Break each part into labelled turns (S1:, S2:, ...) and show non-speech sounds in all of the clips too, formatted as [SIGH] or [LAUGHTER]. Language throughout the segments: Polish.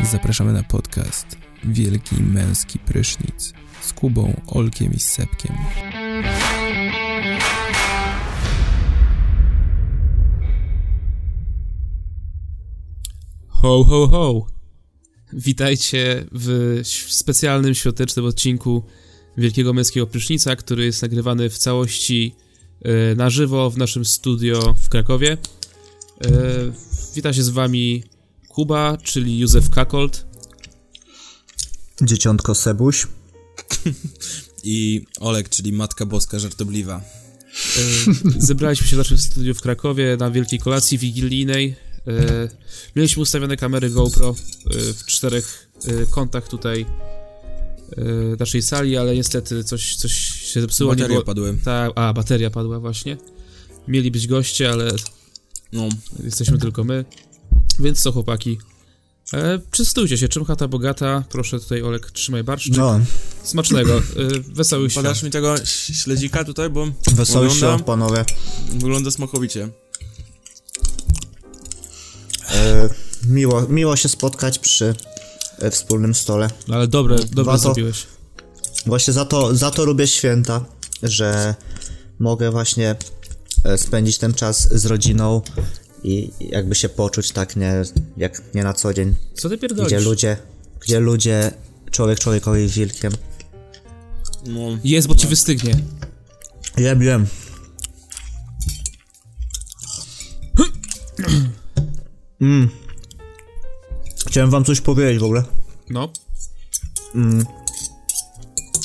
S1: Zapraszamy na podcast Wielki Męski Prysznic z Kubą, Olkiem i Sepkiem.
S2: Ho, ho, ho! Witajcie w ś- w specjalnym świątecznym odcinku Wielkiego Męskiego Prysznica, który jest nagrywany w całości e, na żywo w naszym studio w Krakowie. E, Wita się z wami Kuba, czyli Józef Kakold
S3: Dzieciątko Sebuś.
S4: i Olek, czyli Matka Boska Żartobliwa.
S2: E, Zebraliśmy się w naszym studiu w Krakowie na wielkiej kolacji wigilijnej. E, Mieliśmy ustawione kamery GoPro e, w czterech e, kątach tutaj e, naszej sali, ale niestety coś, coś się zepsuło. nie
S4: Baterie
S2: było-
S4: padły.
S2: Ta, a, bateria padła właśnie. Mieli być goście, ale
S4: No,
S2: jesteśmy tylko my. Więc co, chłopaki? E, przystujcie się, czym chata bogata. Proszę tutaj, Olek, trzymaj barszczyk.
S3: No,
S2: Smacznego, e, wesołych świąt.
S4: podasz mi tego ś- śledzika tutaj, bo
S3: wesoły
S4: wygląda,
S3: świąt, panowie.
S4: wygląda smakowicie.
S3: E, miło, miło się spotkać przy e, wspólnym stole.
S2: No, ale dobre, dobre
S3: Warto-
S2: zrobiłeś.
S3: Właśnie za to, za to lubię święta, że mogę właśnie e, spędzić ten czas z rodziną i i jakby się poczuć tak nie, jak nie na co dzień,
S2: Co ty
S3: gdzie
S2: pierdolisz?
S3: ludzie, gdzie ludzie, człowiek człowiekowi wilkiem.
S4: No,
S2: Jest, bo ci wystygnie.
S3: Ja wiem. Mm. Chciałem wam coś powiedzieć w ogóle.
S2: No.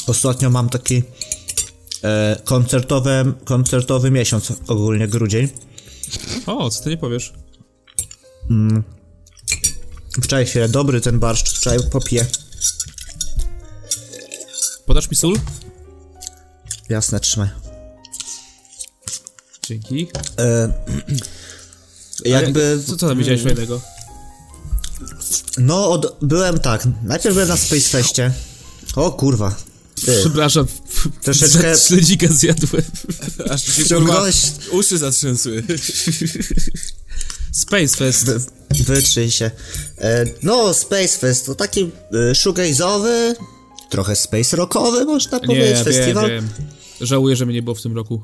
S3: Ostatnio mam taki e, koncertowy, koncertowy miesiąc, ogólnie grudzień.
S2: O, co ty nie powiesz?
S3: Wczoraj chwilę, dobry ten barszcz, wczoraj popiję.
S2: Podasz mi sól?
S3: Jasne, trzymaj.
S2: Dzięki.
S3: E, jakby,
S2: Co, co tam widziałeś fajnego?
S3: no od, byłem tak, najpierw byłem na Space Feście. O kurwa. Ty,
S2: Przepraszam.
S3: Troszeczkę-
S2: [LAUGHS] Śledzika zjadłem.
S4: aż mi się kurwa
S3: wciągnąłeś,
S4: uszy zatrzęsły.
S2: Space Fest.
S3: Wy, wytrzyj się. E, no, Space Fest to taki e, shoegaze'owy, trochę space rockowy można
S2: Nie,
S3: powiedzieć,
S2: wiem,
S3: festiwal.
S2: wiem. Żałuję, że mnie nie było w tym roku.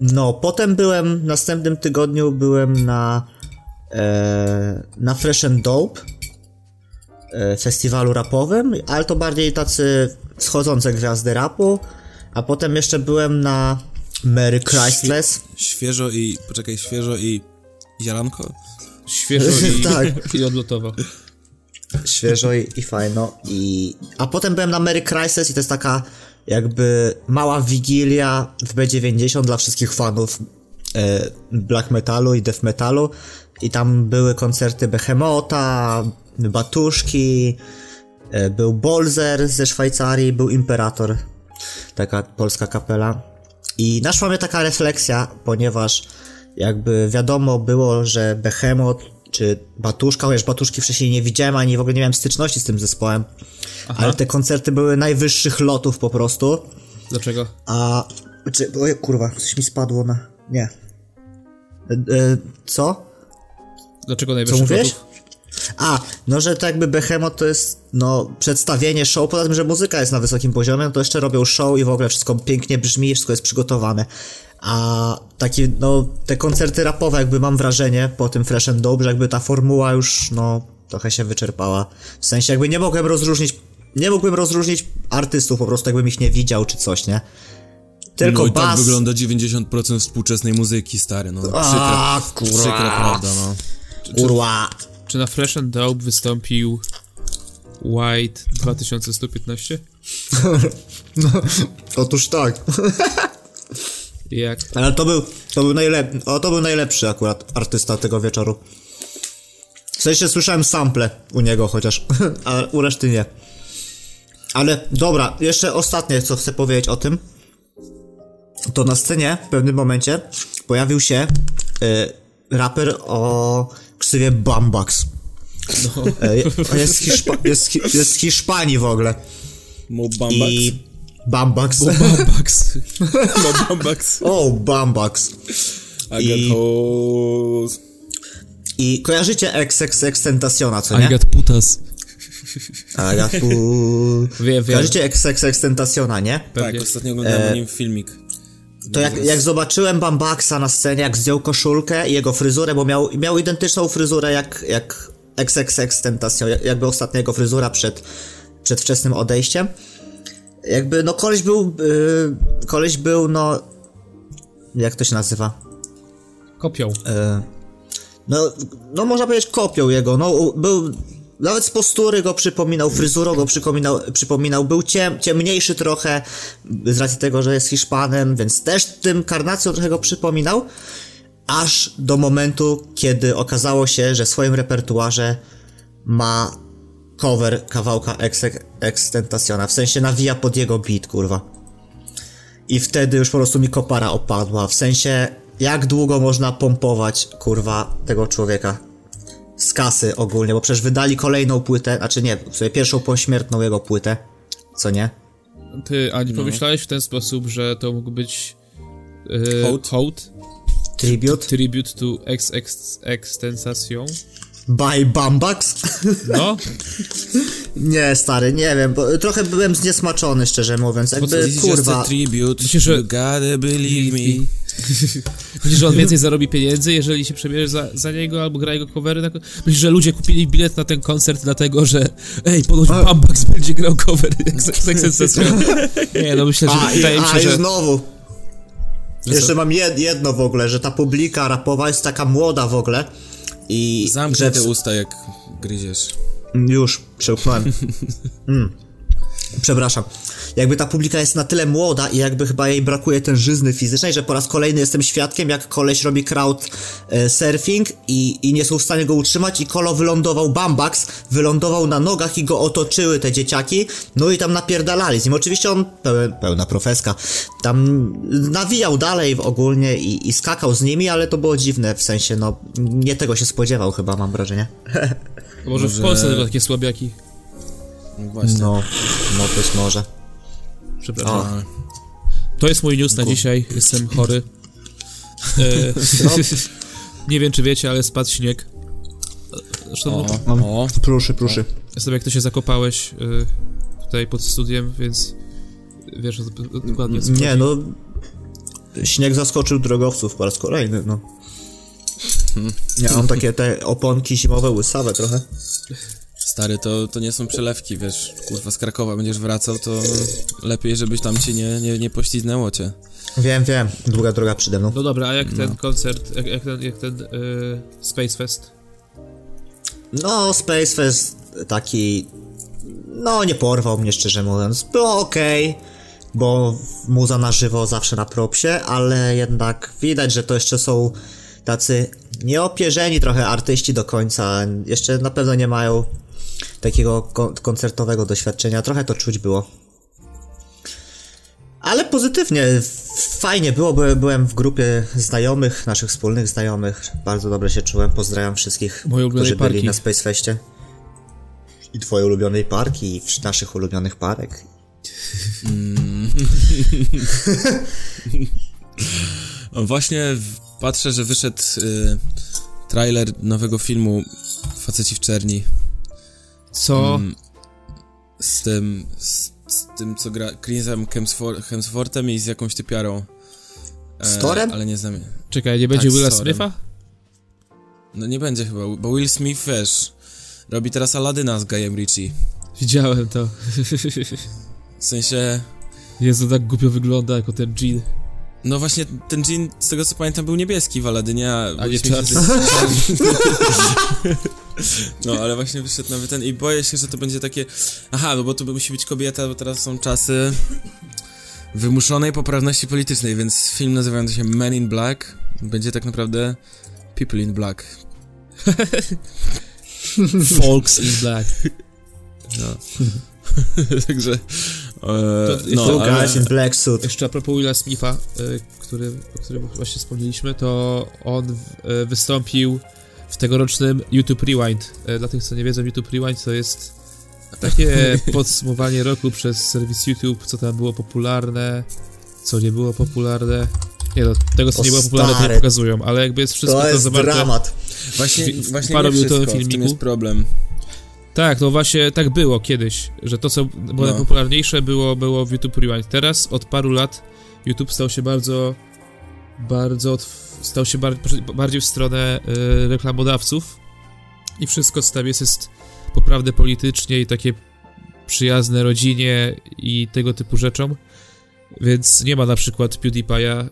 S3: No, potem byłem, w następnym tygodniu byłem na e, na Fresh and Dope e, festiwalu rapowym, ale to bardziej tacy wschodzące gwiazdy rapu, a potem jeszcze byłem na Mary Christless.
S4: Świeżo i, poczekaj, świeżo i ziaranko?
S3: [LAUGHS]
S2: Świeżo i,
S3: Tak.
S2: i odlotowo.
S3: świeżo i, i fajno. I... A potem byłem na Mary Crisis i to jest taka jakby mała wigilia w B90 dla wszystkich fanów e, black metalu i death metalu. I tam były koncerty Behemota, Batuszki, e, był Bolzer ze Szwajcarii, był Imperator, taka polska kapela. I naszła mnie taka refleksja, ponieważ jakby wiadomo było, że Behemoth czy Batuszka, chociaż Batuszki wcześniej nie widziałem, ani w ogóle nie miałem styczności z tym zespołem, ale te koncerty były najwyższych lotów po prostu,
S2: Dlaczego?
S3: a... Czy, oj, kurwa, coś mi spadło na... nie. E, e, co?
S2: Dlaczego
S3: Co
S2: najwyższy
S3: mówiłeś?
S2: lotów?
S3: A, no że to jakby Behemoth to jest, no, przedstawienie show, poza tym, że muzyka jest na wysokim poziomie, no to jeszcze robią show i w ogóle wszystko pięknie brzmi, wszystko jest przygotowane. A takie, no, te koncerty rapowe jakby mam wrażenie po tym Fresh and Dope, że jakby ta formuła już, no, trochę się wyczerpała. W sensie jakby nie mogłem rozróżnić, nie mógłbym rozróżnić artystów, po prostu jakbym ich nie widział czy coś, nie? Tylko
S4: no i tak
S3: bas...
S4: wygląda 90% współczesnej muzyki, stary, no. Przykra,
S3: A,
S4: przykra
S3: kurwa,
S4: prawda, no.
S3: kurwa.
S2: Czy na Fresh and Dope wystąpił White 2115?
S3: Otóż tak.
S2: Jak?
S3: Ale to był, to był najlepszy, o, to był najlepszy akurat artysta tego wieczoru. W sensie słyszałem sample u niego chociaż, [LAUGHS] a u reszty nie. Ale dobra, jeszcze ostatnie co chcę powiedzieć o tym. To na scenie w pewnym momencie pojawił się y, raper o ksywie Bambax. Y, jest, z Hiszpa- jest, z Hi- jest z Hiszpanii w ogóle.
S4: Mo Bambax.
S3: I Bambax.
S4: Bambax. [LAUGHS] Mo Bambax.
S3: O, Bambax.
S4: I got
S3: I-
S4: hoes.
S3: I kojarzycie XXX Tentaciona, co nie?
S1: Agat Putas.
S3: Agatu...
S2: Wiem, wiem.
S3: Kojarzycie XXX Tentaciona, nie?
S4: Tak,
S2: Pewnie.
S4: ostatnio oglądałem
S3: E,
S4: o nim filmik.
S3: To jak, jak zobaczyłem Bambaxa na scenie, jak zdjął koszulkę i jego fryzurę, bo miał, miał identyczną fryzurę jak, jak XXX Tentacion, jak- jakby ostatnia jego fryzura przed, przed wczesnym odejściem. Jakby, no koleś był, yy, koleś był, no, jak to się nazywa?
S2: Kopią.
S3: No, no można powiedzieć kopią jego, no u- był, nawet z postury go przypominał, fryzurą go przypominał, przypominał był ciem, ciemniejszy trochę, z racji tego, że jest Hiszpanem, więc też tym karnacją trochę go przypominał, aż do momentu, kiedy okazało się, że w swoim repertuarze ma cover kawałka Extentaciona, w sensie nawija pod jego beat, kurwa. I wtedy już po prostu mi kopara opadła. W sensie, jak długo można pompować, kurwa, tego człowieka z kasy ogólnie, bo przecież wydali kolejną płytę, znaczy nie, w sumie pierwszą pośmiertną jego płytę, co nie?
S2: Ty, a nie pomyślałeś w ten sposób, że to mógł być yy,
S4: Hołd?
S2: hołd?
S3: Tribute
S2: Tribute to XXX Tentacion?
S3: by Bambax?
S2: No,
S3: [LAUGHS] nie, stary, nie wiem, bo trochę byłem zniesmaczony, szczerze mówiąc, jakby,
S4: This is just a
S3: kurwa,
S4: tribute,
S2: Myślisz, że-
S4: you gotta believe me.
S2: Myślisz, że on więcej zarobi pieniędzy, jeżeli się przebierze za, za niego albo gra jego covery? Na... ko- Myślisz, że ludzie kupili bilet na ten koncert dlatego, że ej, ponoć Bambax będzie grał cover jak [LAUGHS] z- jak sensacja. Nie, no myślę,
S3: a,
S2: że wydaje
S3: i,
S2: mi
S3: a
S2: się,
S3: i
S2: że...
S3: znowu. Jeszcze mam jed, jedno w ogóle, że ta publika rapowa jest taka młoda w ogóle i
S4: Zamknij
S3: że
S4: te
S3: w-
S4: usta, jak gryziesz.
S3: Już, przełknąłem. mm. Przepraszam. Jakby ta publika jest na tyle młoda i jakby chyba jej brakuje ten żyzny fizycznej, że po raz kolejny jestem świadkiem, jak koleś robi crowd e, surfing i, i nie są w stanie go utrzymać i kolo wylądował bambax, wylądował na nogach i go otoczyły te dzieciaki, no i tam napierdalali z nim. Oczywiście on, pełen, pełna profeska, tam nawijał dalej w ogólnie i, i skakał z nimi, ale to było dziwne, w sensie no, nie tego się spodziewał chyba, mam wrażenie.
S2: Może w Polsce tylko takie słabiaki.
S4: No Właśnie.
S3: No, no być może.
S2: Przepraszam. To jest mój news na dzisiaj. Jestem chory. E, [LAUGHS] Nie wiem, czy wiecie, ale spadł śnieg. Zresztą
S4: O,
S2: no,
S4: o.
S3: Proszę, proszę.
S2: jestem jak ty się zakopałeś e, tutaj pod studiem, więc wiesz o- o- dokładnie. co
S3: Nie, no. Śnieg zaskoczył drogowców po raz kolejny, no. Ja mam takie te oponki zimowe łysawe trochę.
S4: Stary, to, to nie są przelewki, wiesz, kurwa, z Krakowa będziesz wracał, to lepiej, żebyś tam cię nie, nie, nie pośliznęło cię.
S3: Wiem, wiem, długa droga przede mną.
S2: No dobra, a jak ten koncert, jak, jak ten, jak ten y, Space Fest?
S3: No, Space Fest taki. No, nie porwał mnie szczerze mówiąc. Było okej, bo muza na żywo zawsze na propsie, ale jednak widać, że to jeszcze są tacy nieopierzeni trochę artyści do końca. Jeszcze na pewno nie mają takiego kon- koncertowego doświadczenia. Trochę to czuć było. Ale pozytywnie, f- fajnie było, by- byłem w grupie znajomych, naszych wspólnych znajomych. Bardzo dobrze się czułem, pozdrawiam wszystkich,
S2: Moje ulubione
S3: którzy byli
S2: parki.
S3: na Spacefeście. I twoje ulubionej parki, i wsz- naszych ulubionych parek.
S4: No Właśnie w- patrzę, że wyszedł y, trailer nowego filmu Faceci w Czerni
S2: Co?
S4: z tym, z, z tym co gra Chrisem Hemsfor- Hemsworthem i z jakąś typiarą. E,
S3: Z Thorem?
S4: Ale nie znam.
S2: Czekaj, nie będzie
S4: Tak,
S2: Willa
S4: sorry.
S2: Smitha?
S4: No nie będzie chyba, bo Will Smith, wiesz, robi teraz Aladyna z Guyem Ritchie.
S2: Widziałem to. [LAUGHS]
S4: W sensie,
S2: Jezu, tak głupio wygląda jako ten Jean.
S4: no właśnie ten jean, z tego co pamiętam, był niebieski w Aladynie, a Will
S2: nie
S4: Smith
S2: czarny.
S4: jest czarny. [LAUGHS] No, ale właśnie wyszedł nowy ten i boję się, że to będzie takie... Aha, no bo to musi być kobieta, bo teraz są czasy wymuszonej poprawności politycznej, więc film nazywający się Men in Black będzie tak naprawdę People in Black. [LAUGHS]
S2: Folks in Black.
S4: Także... E,
S2: To
S4: no,
S3: Two
S4: ale,
S3: guys in black suit.
S2: Jeszcze a propos Willa Smitha, y, który, o którym właśnie wspomnieliśmy, to on y, wystąpił w tegorocznym YouTube Rewind. Y, Dla tych, co nie wiedzą, YouTube Rewind to jest
S3: [LAUGHS]
S2: takie podsumowanie roku przez serwis YouTube, co tam było popularne, co nie było popularne. Nie no, tego co
S3: O,
S2: nie było popularne, to
S3: stary.
S2: nie pokazują, ale jakby jest wszystko
S3: To
S2: to,
S3: jest
S2: zawarte.
S3: dramat.
S4: Właśnie,
S2: W- w
S4: właśnie nie
S2: parominutowe
S4: wszystko, w tym
S2: filmiku?
S4: jest problem.
S2: Tak, no właśnie tak było kiedyś, że to co było
S4: No.
S2: najpopularniejsze było, było w YouTube Rewind. Teraz od paru lat YouTube stał się bardzo, bardzo, otw- stał się bar- bardziej w stronę y, reklamodawców i wszystko co tam jest jest poprawne politycznie i takie przyjazne rodzinie i tego typu rzeczom. Więc nie ma na przykład PewDiePie'a,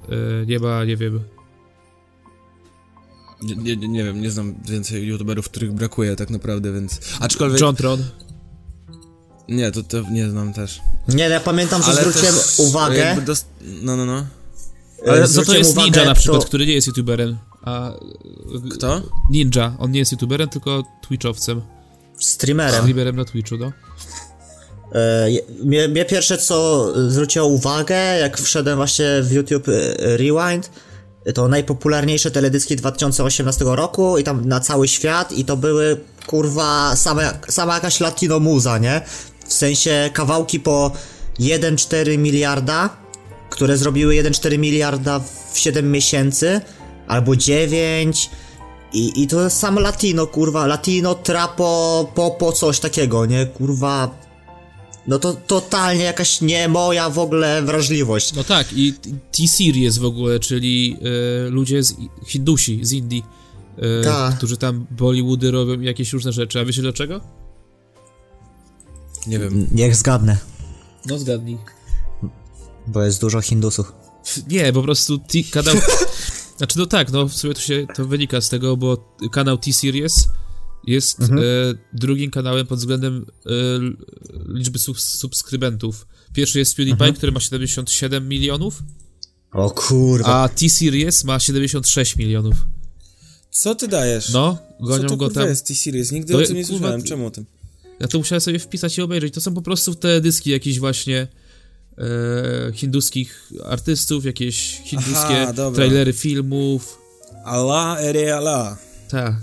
S2: y, nie ma, nie wiem,
S4: Nie, nie, nie- nie wiem, nie znam więcej youtuberów, których brakuje tak naprawdę, więc... Aczkolwiek...
S2: John Tron.
S4: Nie, to, to nie znam też.
S3: Nie, no ja pamiętam, że zwróciłem
S4: też
S3: uwagę. e,
S4: jakby dos- No, no, no.
S2: Ale za to
S3: zwróciłem
S2: jest
S3: uwagę,
S2: Ninja na przykład,
S3: to-
S2: który nie jest youtuberem. A
S4: Kto?
S2: Ninja, on nie jest youtuberem, tylko twitchowcem.
S3: Streamerem.
S2: Streamerem na Twitchu, no.
S3: E, je- Mnie, mnie pierwsze co e, zwróciło uwagę, jak wszedłem właśnie w YouTube e, e, Rewind, e, to najpopularniejsze teledyski 2018 roku i tam na cały świat i to były kurwa same, sama jakaś latino muza, nie? W sensie kawałki po 1,4 miliarda, które zrobiły 1,4 miliarda w 7 miesięcy albo 9 i, I to jest sam latino, kurwa, latino, trapo, popo, coś takiego, nie? Kurwa, no to totalnie jakaś nie moja w ogóle wrażliwość.
S2: No tak, i t- T-Series w ogóle, czyli e, ludzie z Hindusi, z Indii, e,
S3: Tak.
S2: którzy tam Bollywoody robią jakieś różne rzeczy. A wiecie dlaczego?
S4: Nie wiem.
S3: Niech zgadnę,
S2: No zgadnij.
S3: bo jest dużo Hindusów.
S2: [LAUGHS] Nie, po prostu t- [LAUGHS] kanał... znaczy no tak, no w sumie to się to wynika z tego, bo kanał T-Series jest e, drugim kanałem pod względem e, l- liczby sub- subskrybentów. Pierwszy jest PewDiePie, który ma 77 milionów,
S3: O kurwa.
S2: a T-Series ma 76 milionów.
S4: Co ty dajesz?
S2: No,
S4: Co
S2: gonią
S4: to
S2: go
S4: kurwa
S2: tam.
S4: jest T-Series? Nigdy
S2: To
S4: o
S2: je-
S4: tym nie
S2: kurwa,
S4: słyszałem,
S2: ty-
S4: czemu o tym?
S2: Ja to musiałem sobie wpisać i obejrzeć. To są po prostu te dyski jakichś właśnie e, hinduskich artystów, jakieś hinduskie
S4: Aha, dobra.
S2: trailery filmów.
S4: Ala ere ala.
S2: Tak.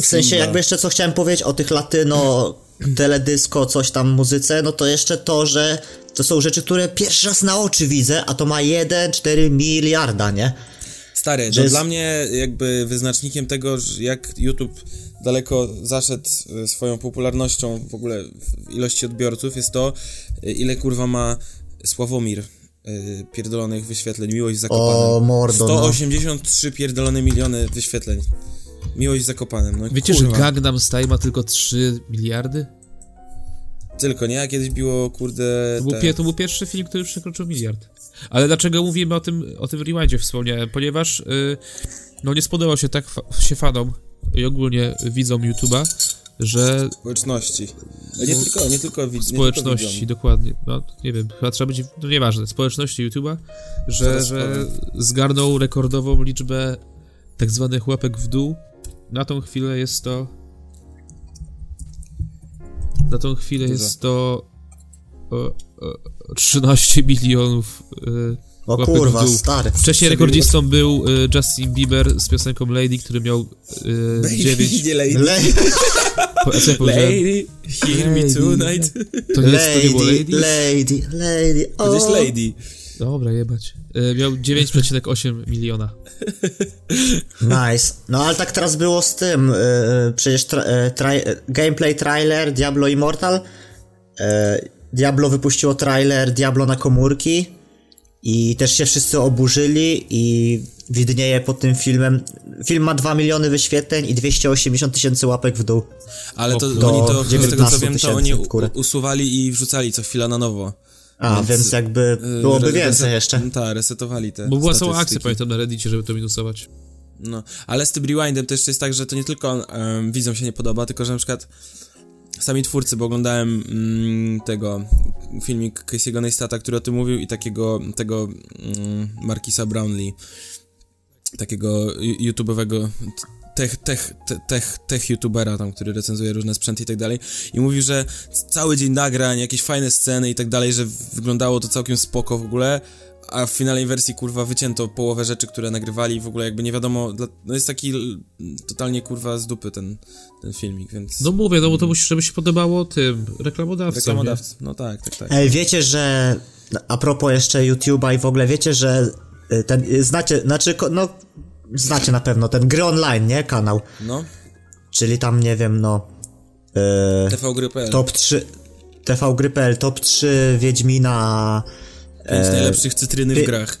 S3: W sensie
S4: Simba.
S3: jakby jeszcze co chciałem powiedzieć o tych latyno, [CLEARS THROAT] teledysko, coś tam muzyce, no to jeszcze to, że to są rzeczy, które pierwszy raz na oczy widzę, a to ma 1,4 miliarda, nie?
S4: Stary,
S3: Że
S4: to
S3: jest-
S4: dla mnie jakby wyznacznikiem tego, że jak YouTube daleko zaszedł y, swoją popularnością w ogóle w ilości odbiorców jest to, y, ile kurwa ma Sławomir y, pierdolonych wyświetleń, Miłość Zakopanem.
S3: O mordo, no.
S4: 183 pierdolone miliony wyświetleń. Miłość Zakopanem, no
S2: Wiecie,
S4: kurwa.
S2: że Gangnam Style ma tylko 3 miliardy?
S4: Tylko, nie? A Kiedyś biło, kurde...
S2: To był,
S4: te-
S2: pie, to był pierwszy film, który przekroczył miliard. Ale dlaczego mówimy o tym, o tym rewindzie wspomniałem? Ponieważ y, no nie spodobał się tak fa- się fanom i ogólnie widzom YouTube'a, że
S4: Społeczności. Nie tylko, nie tylko widz,
S2: społeczności,
S4: Nie tylko widzom.
S2: dokładnie. No, nie wiem, chyba trzeba być, no nieważne, społeczności YouTube'a, że,
S4: Zaraz
S2: że zgarnął rekordową liczbę tak zwanych łapek w dół. Na tą chwilę jest to. Na tą chwilę
S4: Dużo.
S2: jest to. O, o, 13 milionów. Y,
S3: O
S2: łapek
S3: kurwa,
S2: w dół.
S3: stary.
S2: Wcześniej rekordzistą był y, Justin Bieber z piosenką Lady, który miał y, 9.
S4: Nie lady.
S3: Le-
S2: Po, co ja powiedziałem?
S4: Lady, hear me
S2: Lady.
S3: [LAUGHS]
S4: tonight.
S2: to nie jest to nie było
S3: lady,
S2: Lady?
S3: lady, lady, o.
S4: Gdzieś lady.
S2: Dobra, jebać. Y, miał 9,8 miliona.
S3: Nice. No ale tak teraz było z tym. Yy, przecież tra- e, trai- e, gameplay trailer Diablo Immortal. E, Diablo wypuściło trailer Diablo na komórki. I też się wszyscy oburzyli i widnieje pod tym filmem. Film ma 2 miliony wyświetleń i 280 tysięcy łapek w dół.
S4: Ale to
S3: Do
S4: oni to, z tego co
S3: 19
S4: wiem, to
S3: tysięcy
S4: oni
S3: w górę.
S4: u- usuwali i wrzucali co chwila na nowo.
S3: A, więc, jakby
S4: Y,
S3: byłoby
S4: re-
S3: więcej
S4: reset-
S3: jeszcze.
S4: Tak, resetowali te
S2: Bo była cała
S4: statystyki.
S2: akcja, pamiętam, na Reddicie, żeby to minusować.
S4: No, ale z tym rewindem też jest tak, że to nie tylko um, widzom się nie podoba, tylko że na przykład sami twórcy, bo oglądałem mm, tego filmik Casey'ego Neistata, który o tym mówił i takiego tego mm, Markisa Brownlee, takiego y- YouTube'owego t- tech, tech, te- tech, tech YouTubera tam, który recenzuje różne sprzęty i tak dalej i mówił, że c- cały dzień nagrań, jakieś fajne sceny i tak dalej, że w- wyglądało to całkiem spoko w ogóle, a w finalnej wersji kurwa wycięto połowę rzeczy, które nagrywali w ogóle jakby nie wiadomo, dla, no jest taki l- totalnie kurwa z dupy ten, ten filmik, więc...
S2: No mówię, no bo to musi, żeby się podobało tym reklamodawcom.
S3: E,
S4: Reklamodawcy. No tak, tak, tak.
S3: Ej, wiecie, że a propos jeszcze YouTube'a i w ogóle wiecie, że y, ten, y, znacie, znaczy, ko- no, znacie na pewno ten gry online, nie? Kanał.
S4: No,
S3: Czyli tam, nie wiem, no, y,
S4: tvgry.pl.
S3: top 3, tvgry.pl, top 3 Wiedźmina, [LAUGHS] e,
S4: Pięć najlepszych cytryny w
S3: pie-
S4: grach.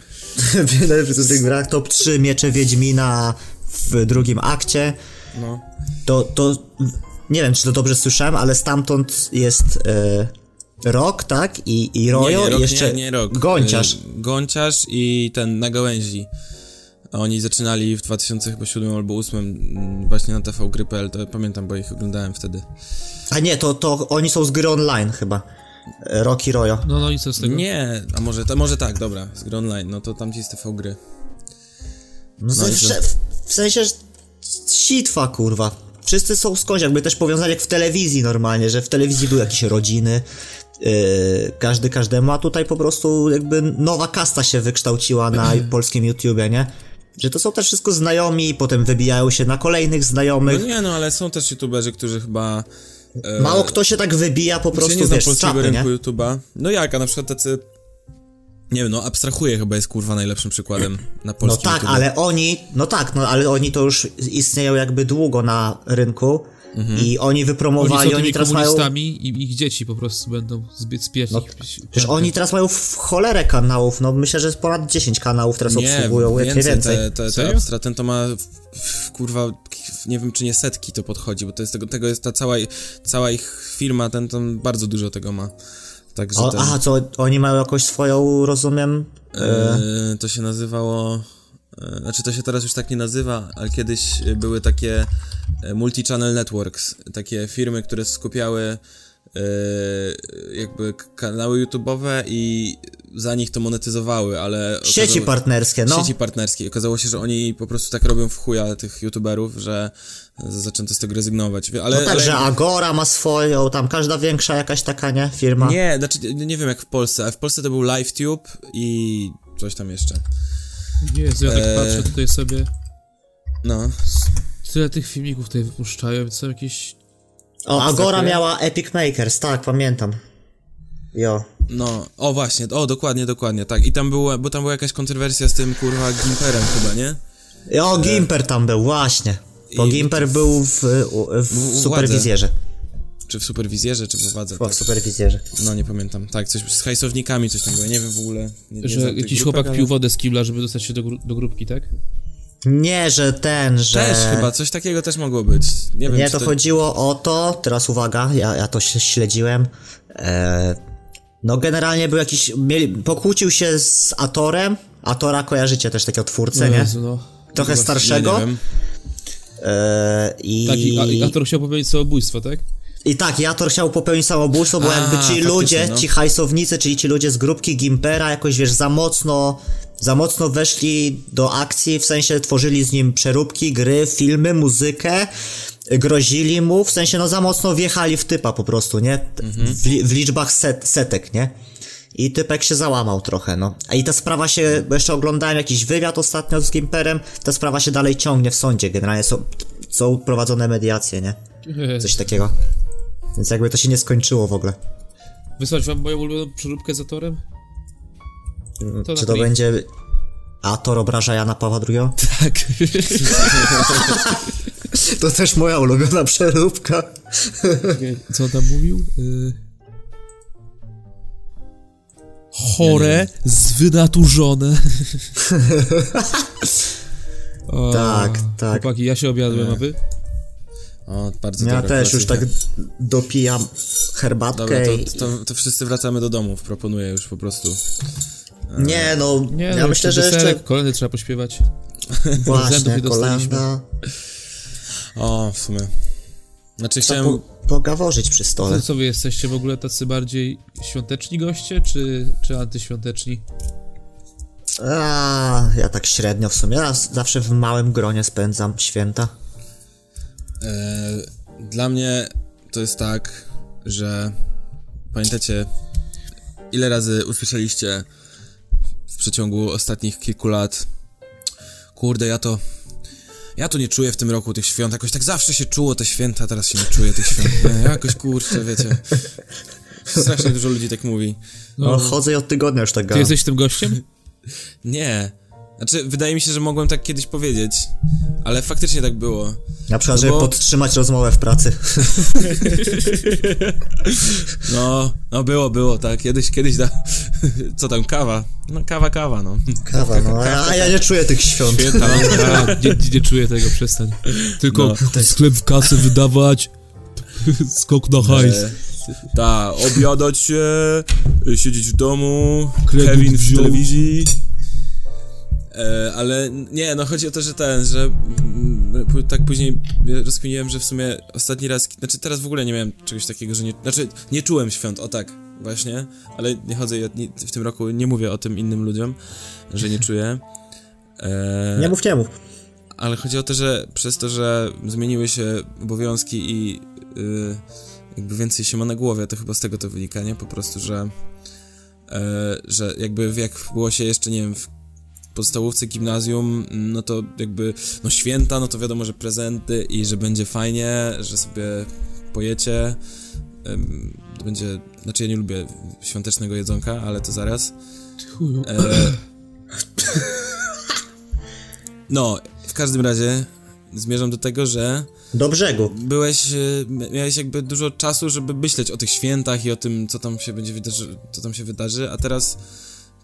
S3: wiele w tych grach, top 3 miecze Wiedźmina w drugim akcie.
S4: No.
S3: To, to nie wiem, czy to dobrze słyszałem, ale stamtąd jest y, Rok, tak? I, i Rojo,
S4: nie, nie, rok,
S3: i jeszcze
S4: nie, nie, rok.
S3: Gonciarz.
S4: Y, Gonciarz i ten na gałęzi. A Oni zaczynali w 2007 albo 2008 właśnie na tvgry.pl, to pamiętam, bo ich oglądałem wtedy.
S3: A nie, to, to oni są z gry online chyba. Y, Rok i Rojo.
S2: No, no i co z tego?
S4: Nie, a może, to, może tak, dobra, z gry online, no to tam ci jest tvgry.
S3: No,
S4: No i
S3: w,
S4: co?
S3: w, w sensie, że sitwa, kurwa. Wszyscy są skądś, jakby też powiązani jak w telewizji normalnie, że w telewizji były jakieś rodziny, yy, każdy każdemu, a tutaj po prostu jakby nowa kasta się wykształciła na polskim YouTubie, nie? Że to są też wszystko znajomi, potem wybijają się na kolejnych
S4: No
S3: znajomych.
S4: nie, no ale są też youtuberzy, którzy chyba... e,
S3: Mało kto się tak wybija po
S4: Ja
S3: prostu,
S4: nie znam
S3: wiesz, z
S4: polskiego
S3: czapy, nie?
S4: rynku YouTube'a. No jak, a na przykład tacy... Nie wiem, no abstrahuję chyba jest kurwa najlepszym przykładem na
S3: No
S4: polskim
S3: tak,
S4: YouTube.
S3: ale oni, no tak, no ale oni to już istnieją jakby długo na rynku no i oni
S2: Oni
S3: wypromowali,
S2: są
S3: oni,
S2: tymi
S3: teraz mają
S2: komunistami i ich dzieci po prostu będą zbyt spierni.
S3: Przecież oni teraz mają w cholerę kanałów, no myślę, że ponad 10 kanałów teraz obsługują, jak nie więcej.
S4: Te, te, te
S2: Serio?
S4: abstra, ten to ma w, w, kurwa, w- nie wiem czy nie setki to podchodzi, bo to jest tego, tego jest ta cała, ich- cała ich firma, ten tam bardzo dużo tego ma. Także
S3: O,
S4: ten,
S3: aha, co, oni mają jakąś swoją, rozumiem,
S4: e, to się nazywało, e, znaczy to się teraz już tak nie nazywa, ale kiedyś e, były takie e, multi-channel networks, takie firmy, które skupiały e, jakby k- kanały YouTube'owe i za nich to monetyzowały, ale...
S3: sieci
S4: okazało-
S3: partnerskie, no.
S4: sieci partnerskiej. Okazało się, że oni po prostu tak robią w chuja tych youtuberów, że zaczęto z tego rezygnować. Wie- Ale,
S3: no tak,
S4: ale...
S3: że Agora ma swoją, tam każda większa jakaś taka, nie, firma.
S4: Nie, znaczy nie nie wiem jak w Polsce, a w Polsce to był LiveTube i coś tam jeszcze.
S2: Jezu, ja tak
S4: Eee.
S2: patrzę tutaj sobie.
S4: No,
S2: Tyle tych filmików tutaj wypuszczają, są jakieś...
S3: o, Agora
S2: takie?
S3: miała Epic Makers, tak, pamiętam. Jo.
S4: no, o właśnie, o dokładnie, dokładnie, tak. I tam była, bo tam była jakaś kontrowersja z tym kurwa Gimperem chyba, nie?
S3: O, Gimper tam był, właśnie. Bo
S4: E, I-
S3: Gimper był w, w, w
S4: władze.
S3: superwizjerze.
S4: Czy w superwizjerze, czy w uwadze.
S3: Chyba
S4: Tak.
S3: w superwizjerze.
S4: No nie pamiętam, tak, coś z hajsownikami, coś tam było, ja nie wiem w ogóle. Nie, nie
S2: że
S4: znam tych
S2: jakiś
S4: grupek,
S2: chłopak
S4: ale-
S2: pił wodę z kibla, żeby dostać się do, gru- do grupki, tak?
S3: Nie, że ten, że...
S4: Też chyba, coś takiego też mogło być. Nie wiem,
S3: Eee. Nie,
S4: czy
S3: to chodziło o to, teraz uwaga, ja, ja to się śledziłem. E, no generalnie był jakiś, mieli, pokłócił się z Atorem, Atora kojarzycie też takiego twórcę, nie?
S2: Jezu, no.
S3: Trochę
S4: Nie,
S3: starszego.
S4: nie wiem.
S3: E, i,
S2: Tak, i, a, i autor chciał popełnić samobójstwo, tak?
S3: I tak, i Ator chciał popełnić samobójstwo, bo
S4: A,
S3: jakby ci
S4: faktycznie,
S3: ludzie,
S4: no.
S3: ci hajsownicy, czyli ci ludzie z grupki Gimpera jakoś, wiesz, za mocno, za mocno weszli do akcji, w sensie tworzyli z nim przeróbki, gry, filmy, muzykę, y, grozili mu, w sensie no za mocno wjechali w typa po prostu, nie? T-
S4: Mhm.
S3: W, li, w liczbach set, setek, nie? I typek się załamał trochę, no. A i ta sprawa się, bo jeszcze oglądałem jakiś wywiad ostatnio z Gimperem, ta sprawa się dalej ciągnie w sądzie, generalnie są, są prowadzone mediacje, nie? Coś takiego. Więc jakby to się nie skończyło w ogóle.
S2: Wysłać wam moją ulubioną przeróbkę za torem? To
S3: Mm, Czy to będzie. A Tor obraża Jana Pawła II?
S2: Tak. [LAUGHS]
S3: To też moja ulubiona przeróbka.
S2: Co on tam mówił? Y... Chore,
S3: [LAUGHS]
S2: zwynaturzone. o,
S3: Tak, tak.
S2: Chłopaki, ja się objadłem, a wy?
S4: O, bardzo
S3: Ja
S4: dobra
S3: też już
S4: klasyka.
S3: tak dopijam herbatkę
S4: Dobra,
S3: i...
S4: to, to, to wszyscy wracamy do domów, proponuję już po prostu.
S3: Nie no,
S2: Nie,
S3: ja
S2: no,
S3: myślę, że
S2: deserek,
S3: jeszcze...
S2: Kolejny trzeba pośpiewać.
S3: Właśnie,
S2: nie dostaliśmy.
S3: kolenda.
S4: O, w sumie. Znaczy chciałem...
S3: Po, pogaworzyć przy stole.
S2: To co wy jesteście w ogóle tacy bardziej świąteczni goście, czy, czy antyświąteczni?
S3: A, ja tak średnio w sumie. Ja z- zawsze w małym gronie spędzam święta.
S4: E, dla mnie to jest tak, że pamiętacie, ile razy usłyszeliście w przeciągu ostatnich kilku lat, kurde, ja to. Ja to nie czuję w tym roku tych świąt. Jakoś tak zawsze się czuło te święta, teraz się nie czuję tych świąt. Nie, jakoś kurczę, wiecie. Strasznie dużo ludzi tak mówi.
S3: No, chodzę i od tygodnia już tak
S2: Ty
S3: [LAUGHS] gadam.
S2: jesteś tym gościem?
S4: Nie. Znaczy, wydaje mi się, że mogłem tak kiedyś powiedzieć, ale faktycznie tak było.
S3: Na przykład,
S4: No bo-
S3: żeby podtrzymać rozmowę w pracy.
S4: No, no było, było, tak. Kiedyś, kiedyś da... [LAUGHS] Co tam, kawa? No kawa, kawa, no. [LAUGHS]
S3: Kawa, no, a a ja nie czuję tych świąt.
S2: Święta,
S3: Tak.
S2: a, nie, nie czuję tego, przestań. Tylko
S4: No.
S2: sklep w kasę wydawać, [LAUGHS] skok na hajs.
S4: E, Ta, obiadać się, y, siedzieć w domu,
S2: Kredyt
S4: Kevin w
S2: wziął.
S4: telewizji. E, ale nie, no chodzi o to, że ten, że mm, p- tak później rozkminiłem, że w sumie ostatni raz, znaczy teraz w ogóle nie miałem czegoś takiego, że nie, znaczy nie czułem świąt, o tak, właśnie, ale nie chodzę, i od- nie- w tym roku nie mówię o tym innym ludziom, że nie czuję. E,
S3: Nie mów, nie mów.
S4: ale chodzi o to, że przez to, że zmieniły się obowiązki i y, jakby więcej się ma na głowie, to chyba z tego to wynika, nie? Po prostu, że, e, że jakby w- jak było się jeszcze, nie wiem, w podstawówce, gimnazjum, no to jakby, no święta, no to wiadomo, że prezenty i że będzie fajnie, że sobie pojecie, em, to będzie, znaczy ja nie lubię świątecznego jedzonka, ale to zaraz.
S2: Chuju.
S4: E, No, w każdym razie zmierzam do tego, że
S3: Do brzegu.
S4: byłeś, e, miałeś jakby dużo czasu, żeby myśleć o tych świętach i o tym, co tam się będzie wydarzy, co tam się wydarzy, a teraz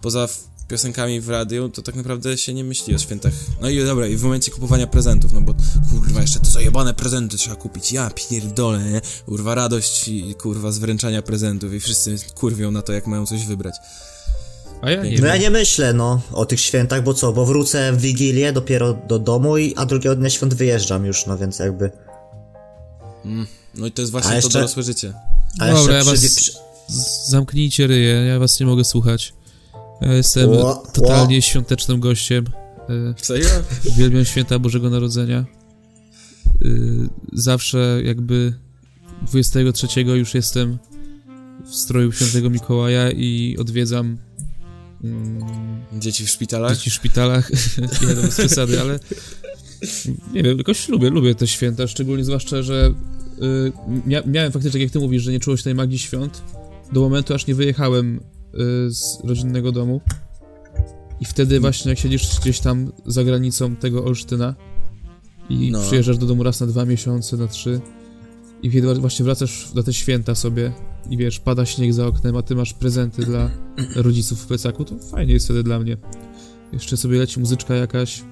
S4: poza f- piosenkami w radiu, to tak naprawdę się nie myśli o świętach. No i dobra, i w momencie kupowania prezentów, no bo kurwa, jeszcze te zajebane prezenty trzeba kupić, ja pierdolę, nie? Kurwa, radość i kurwa z wręczania prezentów i wszyscy kurwią na to, jak mają coś wybrać.
S2: A ja nie
S3: No ja
S2: wiem.
S3: nie myślę, no, o tych świętach, bo co, bo wrócę w Wigilię dopiero do domu, i, a drugiego dnia świąt wyjeżdżam już, no więc jakby...
S4: No i to jest
S3: A
S4: właśnie
S3: jeszcze-
S4: to dorosłe życie.
S3: A
S2: Dobra, ja
S3: jeszcze przy,
S2: was-
S3: przy,
S2: Z- Zamknijcie ryje, ja was nie mogę słuchać. Ja jestem
S3: Ło,
S2: totalnie
S3: ło.
S2: świątecznym gościem. E,
S4: Serio?
S2: Uwielbiam święta Bożego Narodzenia. Y, Zawsze jakby 23 już jestem w stroju świętego Mikołaja i odwiedzam mm,
S4: Dzieci w szpitalach?
S2: dzieci w szpitalach. [LAUGHS] Nie wiem, bez przesady, ale nie wiem, jakoś lubię, lubię te święta, szczególnie zwłaszcza, że y, mia miałem faktycznie, tak jak ty mówisz, że nie czuło się tej magii świąt do momentu, aż nie wyjechałem y, z rodzinnego domu. I wtedy właśnie, jak siedzisz gdzieś tam za granicą tego Olsztyna i
S4: No.
S2: przyjeżdżasz do domu raz na dwa miesiące, na trzy i kiedy właśnie wracasz na te święta sobie i wiesz, pada śnieg za oknem, a ty masz prezenty dla rodziców w plecaku, to fajnie jest wtedy dla mnie. Jeszcze sobie leci muzyczka jakaś.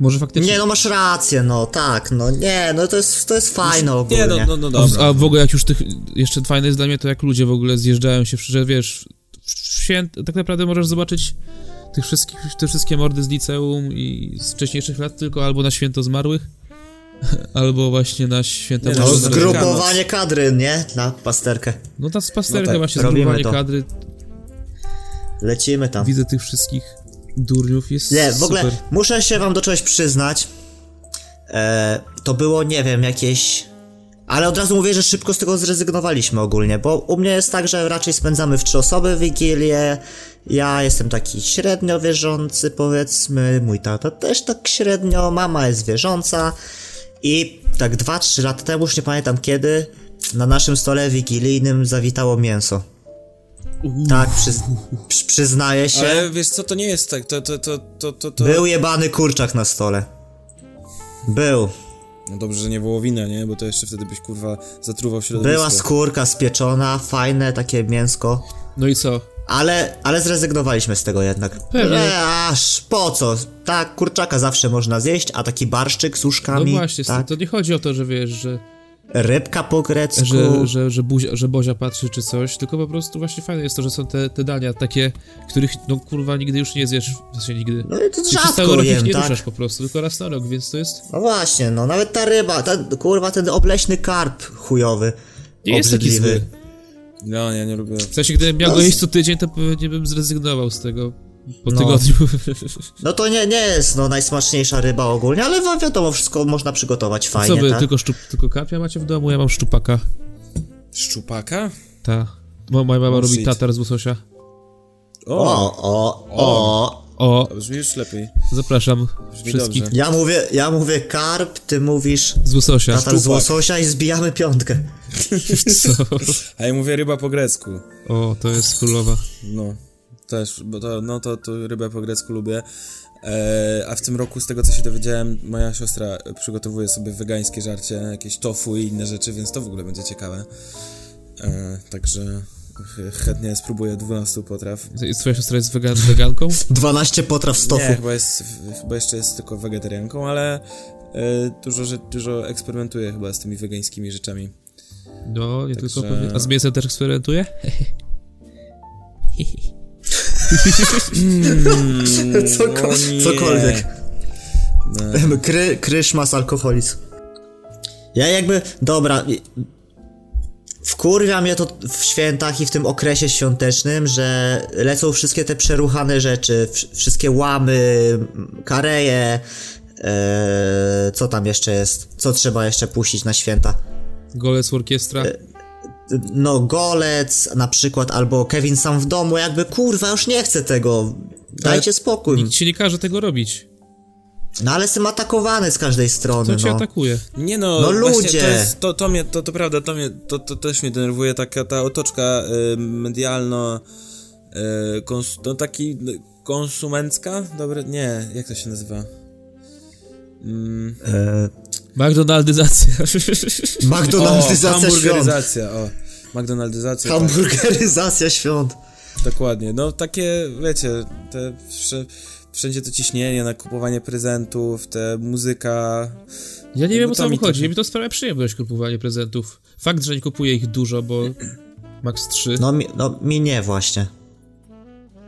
S2: Może faktycznie...
S3: Nie, no masz rację, no, tak, no, nie, no to jest, to jest fajne ogólnie.
S4: Nie, no, no, no
S2: A w-
S4: dobra.
S2: A w ogóle jak już tych, jeszcze fajne jest dla mnie to jak ludzie w ogóle zjeżdżają się, że wiesz, w w święt, tak naprawdę możesz zobaczyć tych wszystkich, te wszystkie mordy z liceum i z wcześniejszych lat tylko albo na święto zmarłych, [LAUGHS] albo właśnie na święta
S4: Nie,
S2: nie,
S4: no,
S3: No,
S4: Dobrze,
S3: zgrupowanie kadry, nie? Na pasterkę.
S2: No ta spasterka
S4: No tak,
S2: właśnie,
S3: robimy
S2: zgrupowanie
S3: to.
S2: kadry,
S3: Lecimy tam.
S2: widzę tych wszystkich durniów, jest
S3: Nie, w ogóle
S2: super.
S3: muszę się wam do czegoś przyznać. E, to było, nie wiem, jakieś. Ale od razu mówię, że szybko z tego zrezygnowaliśmy ogólnie, bo u mnie jest tak, że raczej spędzamy w trzy osoby Wigilię. Ja jestem taki średnio wierzący, powiedzmy. Mój tata też tak średnio, mama jest wierząca. I tak 2-3 lata temu, już nie pamiętam kiedy, na naszym stole wigilijnym zawitało mięso. Tak, przyz... przy- przyznaję się.
S4: Ale wiesz co, to nie jest tak, to, to, to, to, to, to...
S3: Był jebany kurczak na stole. Był.
S4: No dobrze, że nie wołowina, nie? Bo to jeszcze wtedy byś, kurwa, zatruwał środowisko.
S3: Była skórka spieczona, fajne takie mięsko.
S2: No i co?
S3: Ale, ale zrezygnowaliśmy z tego jednak.
S2: Pewnie.
S3: E, aż po co? Tak, kurczaka zawsze można zjeść, a taki barszczyk z
S2: No
S3: uszkami.
S2: właśnie,
S3: tak.
S2: to nie chodzi o to, że wiesz, że,
S3: Rybka po grecku.
S2: że, że, że, buzia, że Bozia patrzy czy coś, tylko po prostu właśnie fajne jest to, że są te, te dania takie, których no kurwa nigdy już nie zjesz, w sensie nigdy.
S3: No i to
S2: Czyli przez
S3: rzadko
S2: cały rok ich
S3: jem,
S2: nie
S3: tak.
S2: ruszasz po prostu, tylko raz na rok, więc to jest...
S3: No właśnie, no nawet ta ryba, ta, kurwa ten obleśny karp chujowy.
S2: Nie jest taki
S3: obrzydliwy.
S2: zły.
S4: No, ja nie lubię.
S2: W sensie, gdybym miał
S3: No
S2: go
S3: z-
S2: jeść co tydzień, to pewnie bym zrezygnował z tego po
S3: No.
S2: tygodniu. [LAUGHS]
S3: No to nie, nie jest no, najsmaczniejsza ryba ogólnie, ale wi- wiadomo, wszystko można przygotować fajnie,
S2: Co wy,
S3: tak?
S2: tylko, szczup, tylko kapia macie w domu? Ja mam szczupaka.
S4: Szczupaka?
S2: Ta. Mo- Moja
S3: No
S2: mama
S4: Oh,
S2: robi
S4: shit.
S2: tatar z łososia.
S4: O!
S3: O, o, o.
S2: O,
S4: Brzmi już lepiej.
S2: zapraszam
S4: Brzmi
S2: wszystkich.
S4: dobrze.
S3: Ja mówię, ja mówię karp, ty mówisz
S2: Z łososia.
S3: tatar z
S4: szczupak.
S3: łososia i zbijamy piątkę.
S2: Co?
S4: A ja mówię ryba po grecku.
S2: O, to jest królowa.
S4: No. też, bo to, no to, to rybę po grecku lubię. E, a w tym roku, z tego co się dowiedziałem, moja siostra przygotowuje sobie wegańskie żarcie, jakieś tofu i inne rzeczy, więc to w ogóle będzie ciekawe. E, także ch- chętnie spróbuję 12 potraw.
S2: Jest twoja siostra jest wegan, weganką?
S3: 12 potraw z tofu.
S4: Nie, chyba, jest, chyba jeszcze jest tylko wegetarianką, ale e, dużo, rzeczy- dużo eksperymentuję chyba z tymi wegańskimi rzeczami.
S2: No, nie
S4: Także-
S2: tylko powiem. A z mięsem też eksperymentuje?
S3: Coko-
S4: o Mm, no nie.
S3: cokolwiek.
S4: No,
S3: Kry, kryszmas alkoholizm. Ja jakby, dobra, i- wkurwia mnie to w świętach i w tym okresie świątecznym, że lecą wszystkie te przeruchane rzeczy, wsz- wszystkie łamy, m, kareje, e, co tam jeszcze jest, co trzeba jeszcze puścić na święta.
S2: Golec orkiestra?
S3: E- No, Golec na przykład, albo Kevin sam w domu, jakby kurwa, już nie chcę tego, dajcie spokój.
S2: Nikt ci nie każe tego robić.
S3: No ale jestem atakowany z każdej
S2: To
S3: strony,
S2: cię
S3: no.
S2: atakuje.
S4: Nie no,
S3: No
S4: właśnie
S3: ludzie!
S4: To, jest, to, to mnie, to, to prawda, to, mnie, to, to też mnie denerwuje taka ta otoczka y, medialno, y, kons, no taki y, konsumencka? Dobre, nie, jak to się nazywa? Mm,
S3: E,
S2: McDonaldyzacja. [LAUGHS]
S4: o,
S3: McDonaldyzacja świąt.
S4: hamburgeryzacja, o. McDonaldyzacja, tak,
S3: Hamburgeryzacja świąt.
S4: dokładnie. No takie, wiecie, te wsz- wszędzie to ciśnienie na kupowanie prezentów, te muzyka,
S2: Ja nie wiem
S4: No
S2: o
S4: to
S2: co
S4: mi
S2: mi chodzi.
S4: trochę.
S2: Mi to sprawia przyjemność kupowanie prezentów. Fakt, że nie kupuję ich dużo, bo max 3.
S3: No mi, no, mi nie właśnie.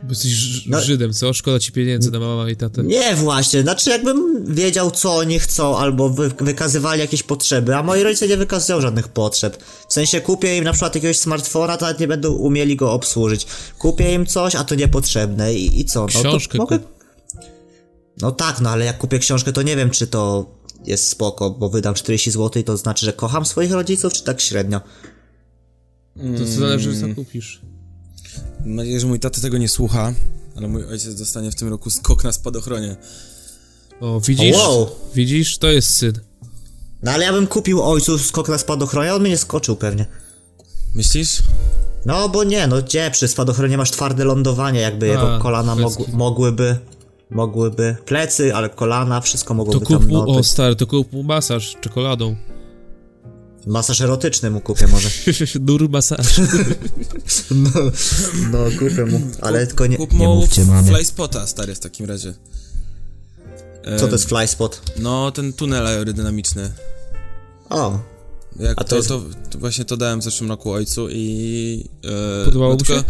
S2: Bo jesteś Ż-
S3: No.
S2: Żydem, co? Szkoda ci pieniędzy na mama i tatę.
S3: Nie właśnie, znaczy jakbym wiedział co oni chcą, albo wy, wykazywali jakieś potrzeby, a moi rodzice nie wykazują żadnych potrzeb. W sensie kupię im na przykład jakiegoś smartfona, to nawet nie będą umieli go obsłużyć. Kupię im coś, a to niepotrzebne i, i co? No,
S2: Książkę
S3: to
S2: kup.
S3: No tak, no ale jak kupię książkę, to nie wiem czy to jest spoko, bo wydam 40 zł i to znaczy, że kocham swoich rodziców, czy tak średnio.
S2: To, to zależy, co kupisz.
S4: Mam nadzieję, że mój tata tego nie słucha, ale mój ojciec dostanie w tym roku skok na spadochronie.
S2: O, widzisz?
S3: Wow.
S2: Widzisz? To jest syn.
S3: No ale ja bym kupił ojcu skok na spadochronie, on mnie nie skoczył pewnie.
S4: Myślisz?
S3: No bo nie, no gdzie przy spadochronie masz twarde lądowanie, jakby
S4: Tak,
S3: jego kolana
S2: plecki.
S3: mogły, mogłyby, mogłyby, plecy, ale kolana, wszystko
S2: To
S3: mogłoby
S2: kup
S3: tam,
S2: mu,
S3: no,
S2: o stary, to kup mu masaż czekoladą. [LAUGHS]
S3: masaż erotyczny mu kupię
S4: [LAUGHS]
S3: może.
S2: Nur masaż.
S3: No, no kupię mu, ale tylko nie,
S4: Kup
S3: nie
S4: mu
S3: mówcie mamie.
S4: fly spota, stary, w takim razie. E,
S3: Co to jest fly spot?
S4: No, ten tunel aerodynamiczny.
S3: O,
S4: Jak
S3: A
S4: to,
S3: to jest-
S4: to, to właśnie to dałem w zeszłym roku ojcu i... E,
S2: Podobało
S4: no
S2: mu
S4: tylko-
S2: się?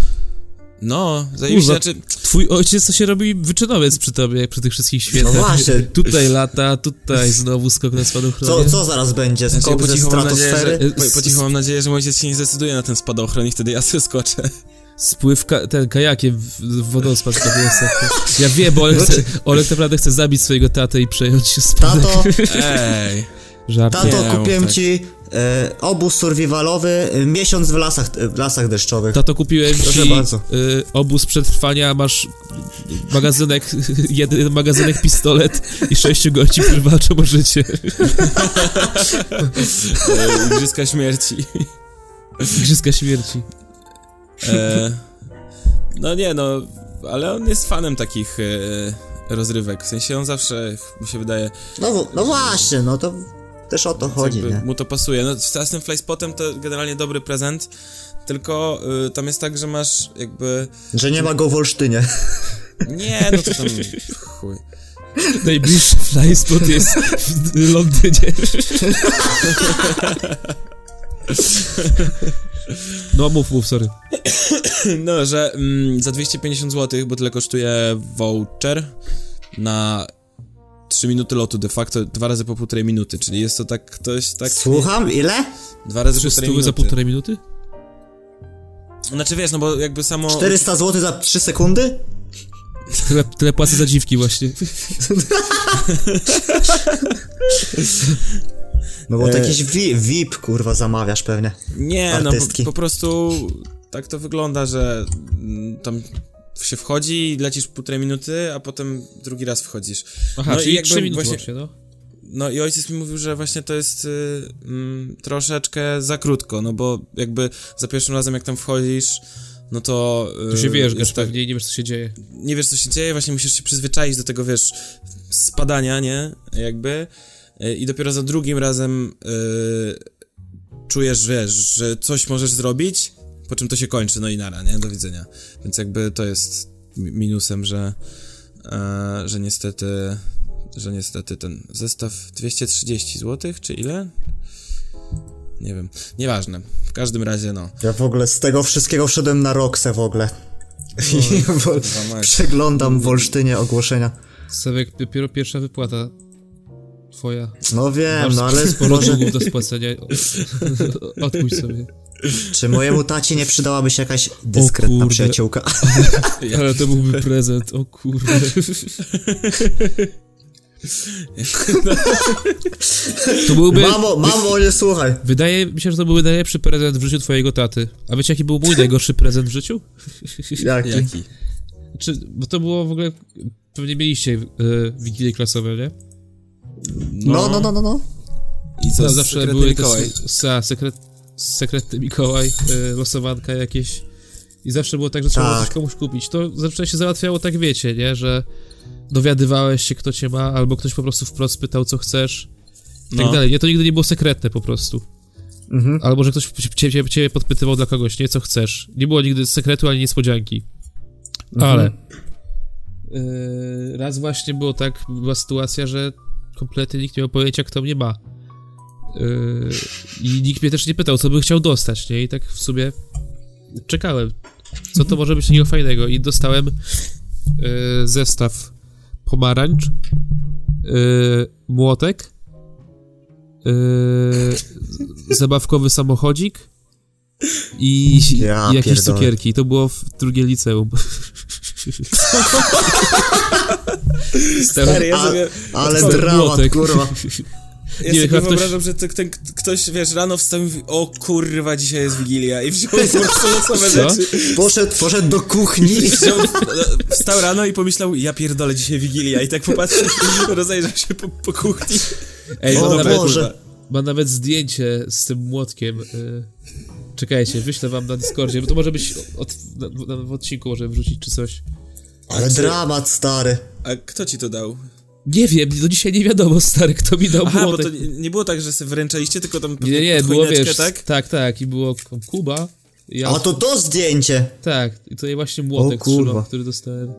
S4: No, zajebiście,
S2: Kurwa.
S4: znaczy...
S2: Twój ojciec to się robi wyczynowiec przy tobie, przy tych wszystkich świętach.
S3: No właśnie.
S2: Tutaj lata, tutaj znowu skok na spadochronie.
S3: co, co zaraz będzie,
S4: Znaczy,
S3: skok
S4: po,
S3: ze
S4: cichu mam nadzieję, że,
S3: stratosfery?
S4: po, po cichu mam nadzieję, że mój ojciec się nie zdecyduje na ten spadochron i wtedy ja [LAUGHS] sobie skoczę.
S2: Spływ ka- ten kajakiem w, w wodospad to jest. Ja wiem, bo Olek,
S3: No
S2: chce, Olek tak naprawdę chce zabić swojego tatę i przejąć się spadek.
S3: Tato,
S4: [LAUGHS] Ej,
S2: Żart.
S3: tato,
S4: Nie,
S3: kupiłem
S4: tak.
S3: ci e, obóz survivalowy, e, miesiąc w lasach, e, w lasach deszczowych.
S2: Tato, kupiłem
S3: Proszę
S2: ci
S3: bardzo.
S2: y, obóz przetrwania, masz magazynek, jeden magazynek pistolet i sześciu gości przywalczą o życie.
S4: e, igrzyska śmierci.
S2: Igrzyska śmierci.
S4: E, no nie, no, ale on jest fanem takich e, rozrywek. W sensie on zawsze, ch- mi się wydaje,
S3: No, w- no właśnie, no to też o to chodzi,
S4: jakby
S3: nie?
S4: mu to pasuje. No, z tym flyspotem to generalnie dobry prezent, tylko y, tam jest tak, że masz jakby...
S3: Że nie ma go w Olsztynie.
S4: Nie, no to tam... chuj.
S2: Najbliższy flyspot jest w Londynie. No mów, mów, sorry.
S4: No, że mm, za 250 zł, bo tyle kosztuje voucher na 3 minuty lotu de facto, dwa razy po półtorej minuty, czyli jest to tak ktoś tak...
S3: Słucham, ile?
S4: Dwa razy
S2: Trzy
S4: po półtorej
S2: stóły
S4: minuty.
S2: za półtorej minuty?
S4: Znaczy wiesz, no bo jakby samo...
S3: 400 zł za 3 sekundy?
S2: Tyle, tyle płacę za dziwki właśnie.
S3: No bo to jakiś vi, VIP, kurwa, zamawiasz pewnie.
S4: Nie,
S3: artystki.
S4: no po, po prostu tak to wygląda, że mm, tam się wchodzi i lecisz półtorej minuty, a potem drugi raz wchodzisz.
S2: Aha,
S4: no,
S2: czyli
S4: jakby
S2: trzy minuty
S4: właśnie,
S2: łącznie, no.
S4: no i ojciec mi mówił, że właśnie to jest y, mm, troszeczkę za krótko, no bo jakby za pierwszym razem jak tam wchodzisz, no to... y,
S2: Tu się wyjeżdżasz
S4: jest tak-
S2: pewnie i nie wiesz, co się dzieje.
S4: nie wiesz, co się dzieje, właśnie musisz się przyzwyczaić do tego, wiesz, spadania, nie? Jakby. E, I dopiero za drugim razem e, czujesz, wiesz, że coś możesz zrobić, po czym to się kończy, no i nara, nie? Do widzenia. Więc jakby to jest mi- minusem, że, e, że niestety, że niestety ten zestaw 230 zł, czy ile? Nie wiem, nieważne. W każdym razie, no.
S3: Ja w ogóle z tego wszystkiego wszedłem na Roxę w ogóle. I w-
S4: mać.
S3: przeglądam w Olsztynie ogłoszenia.
S2: Sebek, dopiero pierwsza wypłata twoja.
S3: No wiem,
S2: Masz
S3: no ale
S2: sporo długów do spłacenia. [LAUGHS] Odpuść sobie.
S3: czy mojemu tacie nie przydałaby się jakaś dyskretna
S2: kurde.
S3: przyjaciółka?
S2: Ale to byłby prezent, o [LAUGHS] kurde. To byłby...
S3: Mamo, mamo, nie słuchaj.
S2: Wydaje mi się, że to byłby najlepszy prezent w życiu twojego taty. A wiecie, jaki był mój najgorszy prezent w życiu?
S3: Jaki?
S4: Jaki?
S2: Czy, bo to było w ogóle... Pewnie mieliście y, wigilie klasowe, nie?
S3: No, no, no, no, no.
S4: I co,
S2: No,
S4: zawsze
S2: zawsze były
S4: Mikołaj?
S2: te s- sa, sekret, sekretny Mikołaj, y, losowanka jakieś. I zawsze było tak, że trzeba było
S3: Tak.
S2: coś komuś kupić. To zawsze się załatwiało tak, wiecie, nie? Że dowiadywałeś się, kto cię ma, albo ktoś po prostu wprost pytał, co chcesz. I tak
S4: No.
S2: dalej. Nie, to nigdy nie było sekretne po prostu. Albo że ktoś cie- ciebie, ciebie podpytywał dla kogoś, nie? Co chcesz. Nie było nigdy sekretu ani niespodzianki. Ale yy, raz właśnie było tak, była sytuacja, że kompletnie nikt nie miał pojęcia, kto mnie ma. Yy, I nikt mnie też nie pytał, co bym chciał dostać, nie? I tak w sumie czekałem. Co to może być takiego fajnego? I dostałem yy, zestaw pomarańcz, yy, młotek, yy, zabawkowy samochodzik i,
S3: Ja
S2: i jakieś
S3: pierdolę.
S2: cukierki. To było w drugie liceum. Stary,
S4: ja
S3: A-
S4: sobie-
S2: [LAUGHS]
S3: Ale
S2: Skąd
S3: dramat,
S2: młotek?
S3: kurwa.
S4: Ja
S2: Nie,
S4: sobie
S2: chyba ktoś-
S4: wyobrażam, że to, ten, ktoś, wiesz, rano wstał i mówi, o kurwa, dzisiaj jest Wigilia i wziął po prostu losowe
S2: Co?
S4: rzeczy.
S3: Poszedł, poszedł do
S4: [LAUGHS]
S3: kuchni.
S4: Wziął, wstał rano i pomyślał, ja pierdolę, dzisiaj Wigilia i tak popatrzył, [LAUGHS] rozejrzał się po, po kuchni.
S2: Ej,
S3: O
S2: mam nawet,
S3: Boże.
S2: mam nawet zdjęcie z tym młotkiem. y. Czekajcie, wyślę wam na Discordzie, bo to może być od, na, na, w odcinku może wrzucić czy coś.
S3: Ale
S4: Znaczy-
S3: dramat, stary.
S4: A kto ci to dał?
S2: Nie wiem, do dzisiaj nie wiadomo, stary, kto mi dał
S4: Aha, bo
S2: młotek.
S4: to nie, nie było tak, że sobie wręczaliście, tylko tam
S2: nie, nie,
S4: pod
S2: było
S4: choineczkę,
S2: wiesz,
S4: tak?
S2: tak? tak, i było k- Kuba, ja,
S3: A to to zdjęcie.
S2: tak, i tutaj właśnie młotek
S3: O kurwa.
S2: trzymam, który dostałem.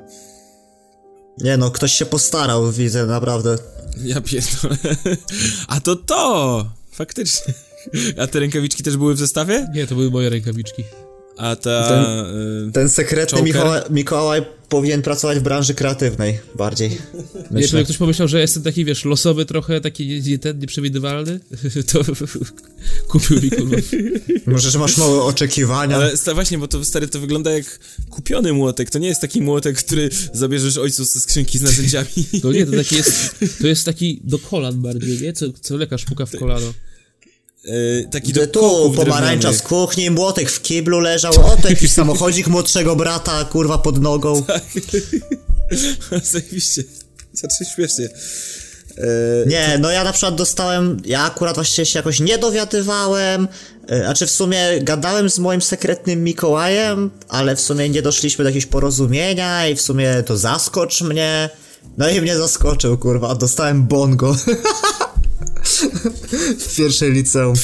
S3: Nie no, ktoś się postarał, widzę, naprawdę.
S4: Ja pierdolę. A to to! Faktycznie. A te rękawiczki też były w zestawie?
S2: Nie, to były moje rękawiczki.
S4: A ta... y,
S3: Ten sekretny
S4: Joker?
S3: Mikołaj, Mikołaj powinien pracować w branży kreatywnej bardziej.
S2: Nie,
S3: Myślę.
S2: żeby ktoś pomyślał, że jestem taki, wiesz, losowy trochę, taki nie, nie ten, nieprzewidywalny, [LAUGHS] to kupił mi kurwa.
S3: Może, że masz małe oczekiwania.
S4: Ale sta, właśnie, bo to stary to wygląda jak kupiony młotek. To nie jest taki młotek, który zabierzesz ojcu ze skrzynki z
S3: [LAUGHS]
S4: narzędziami.
S2: To nie, to taki jest, to jest taki do kolan bardziej, nie? Co, co lekarz puka w kolano.
S4: E, taki do
S3: Że tu
S4: kołków
S3: pomarańcza z
S4: drewnianych.
S3: kuchni, młotek w kiblu leżał, o to jakiś samochodzik młodszego brata, kurwa, pod nogą.
S4: [LAUGHS] Zajebiście. Znaczy śmiesznie. E,
S3: Nie, no ja na przykład dostałem, ja akurat właśnie się jakoś nie dowiadywałem, y, znaczy w sumie gadałem z moim sekretnym Mikołajem, ale w sumie nie doszliśmy do jakiegoś porozumienia i w sumie to zaskocz mnie. No i mnie zaskoczył, kurwa, dostałem bongo. [LAUGHS] w pierwszej liceum.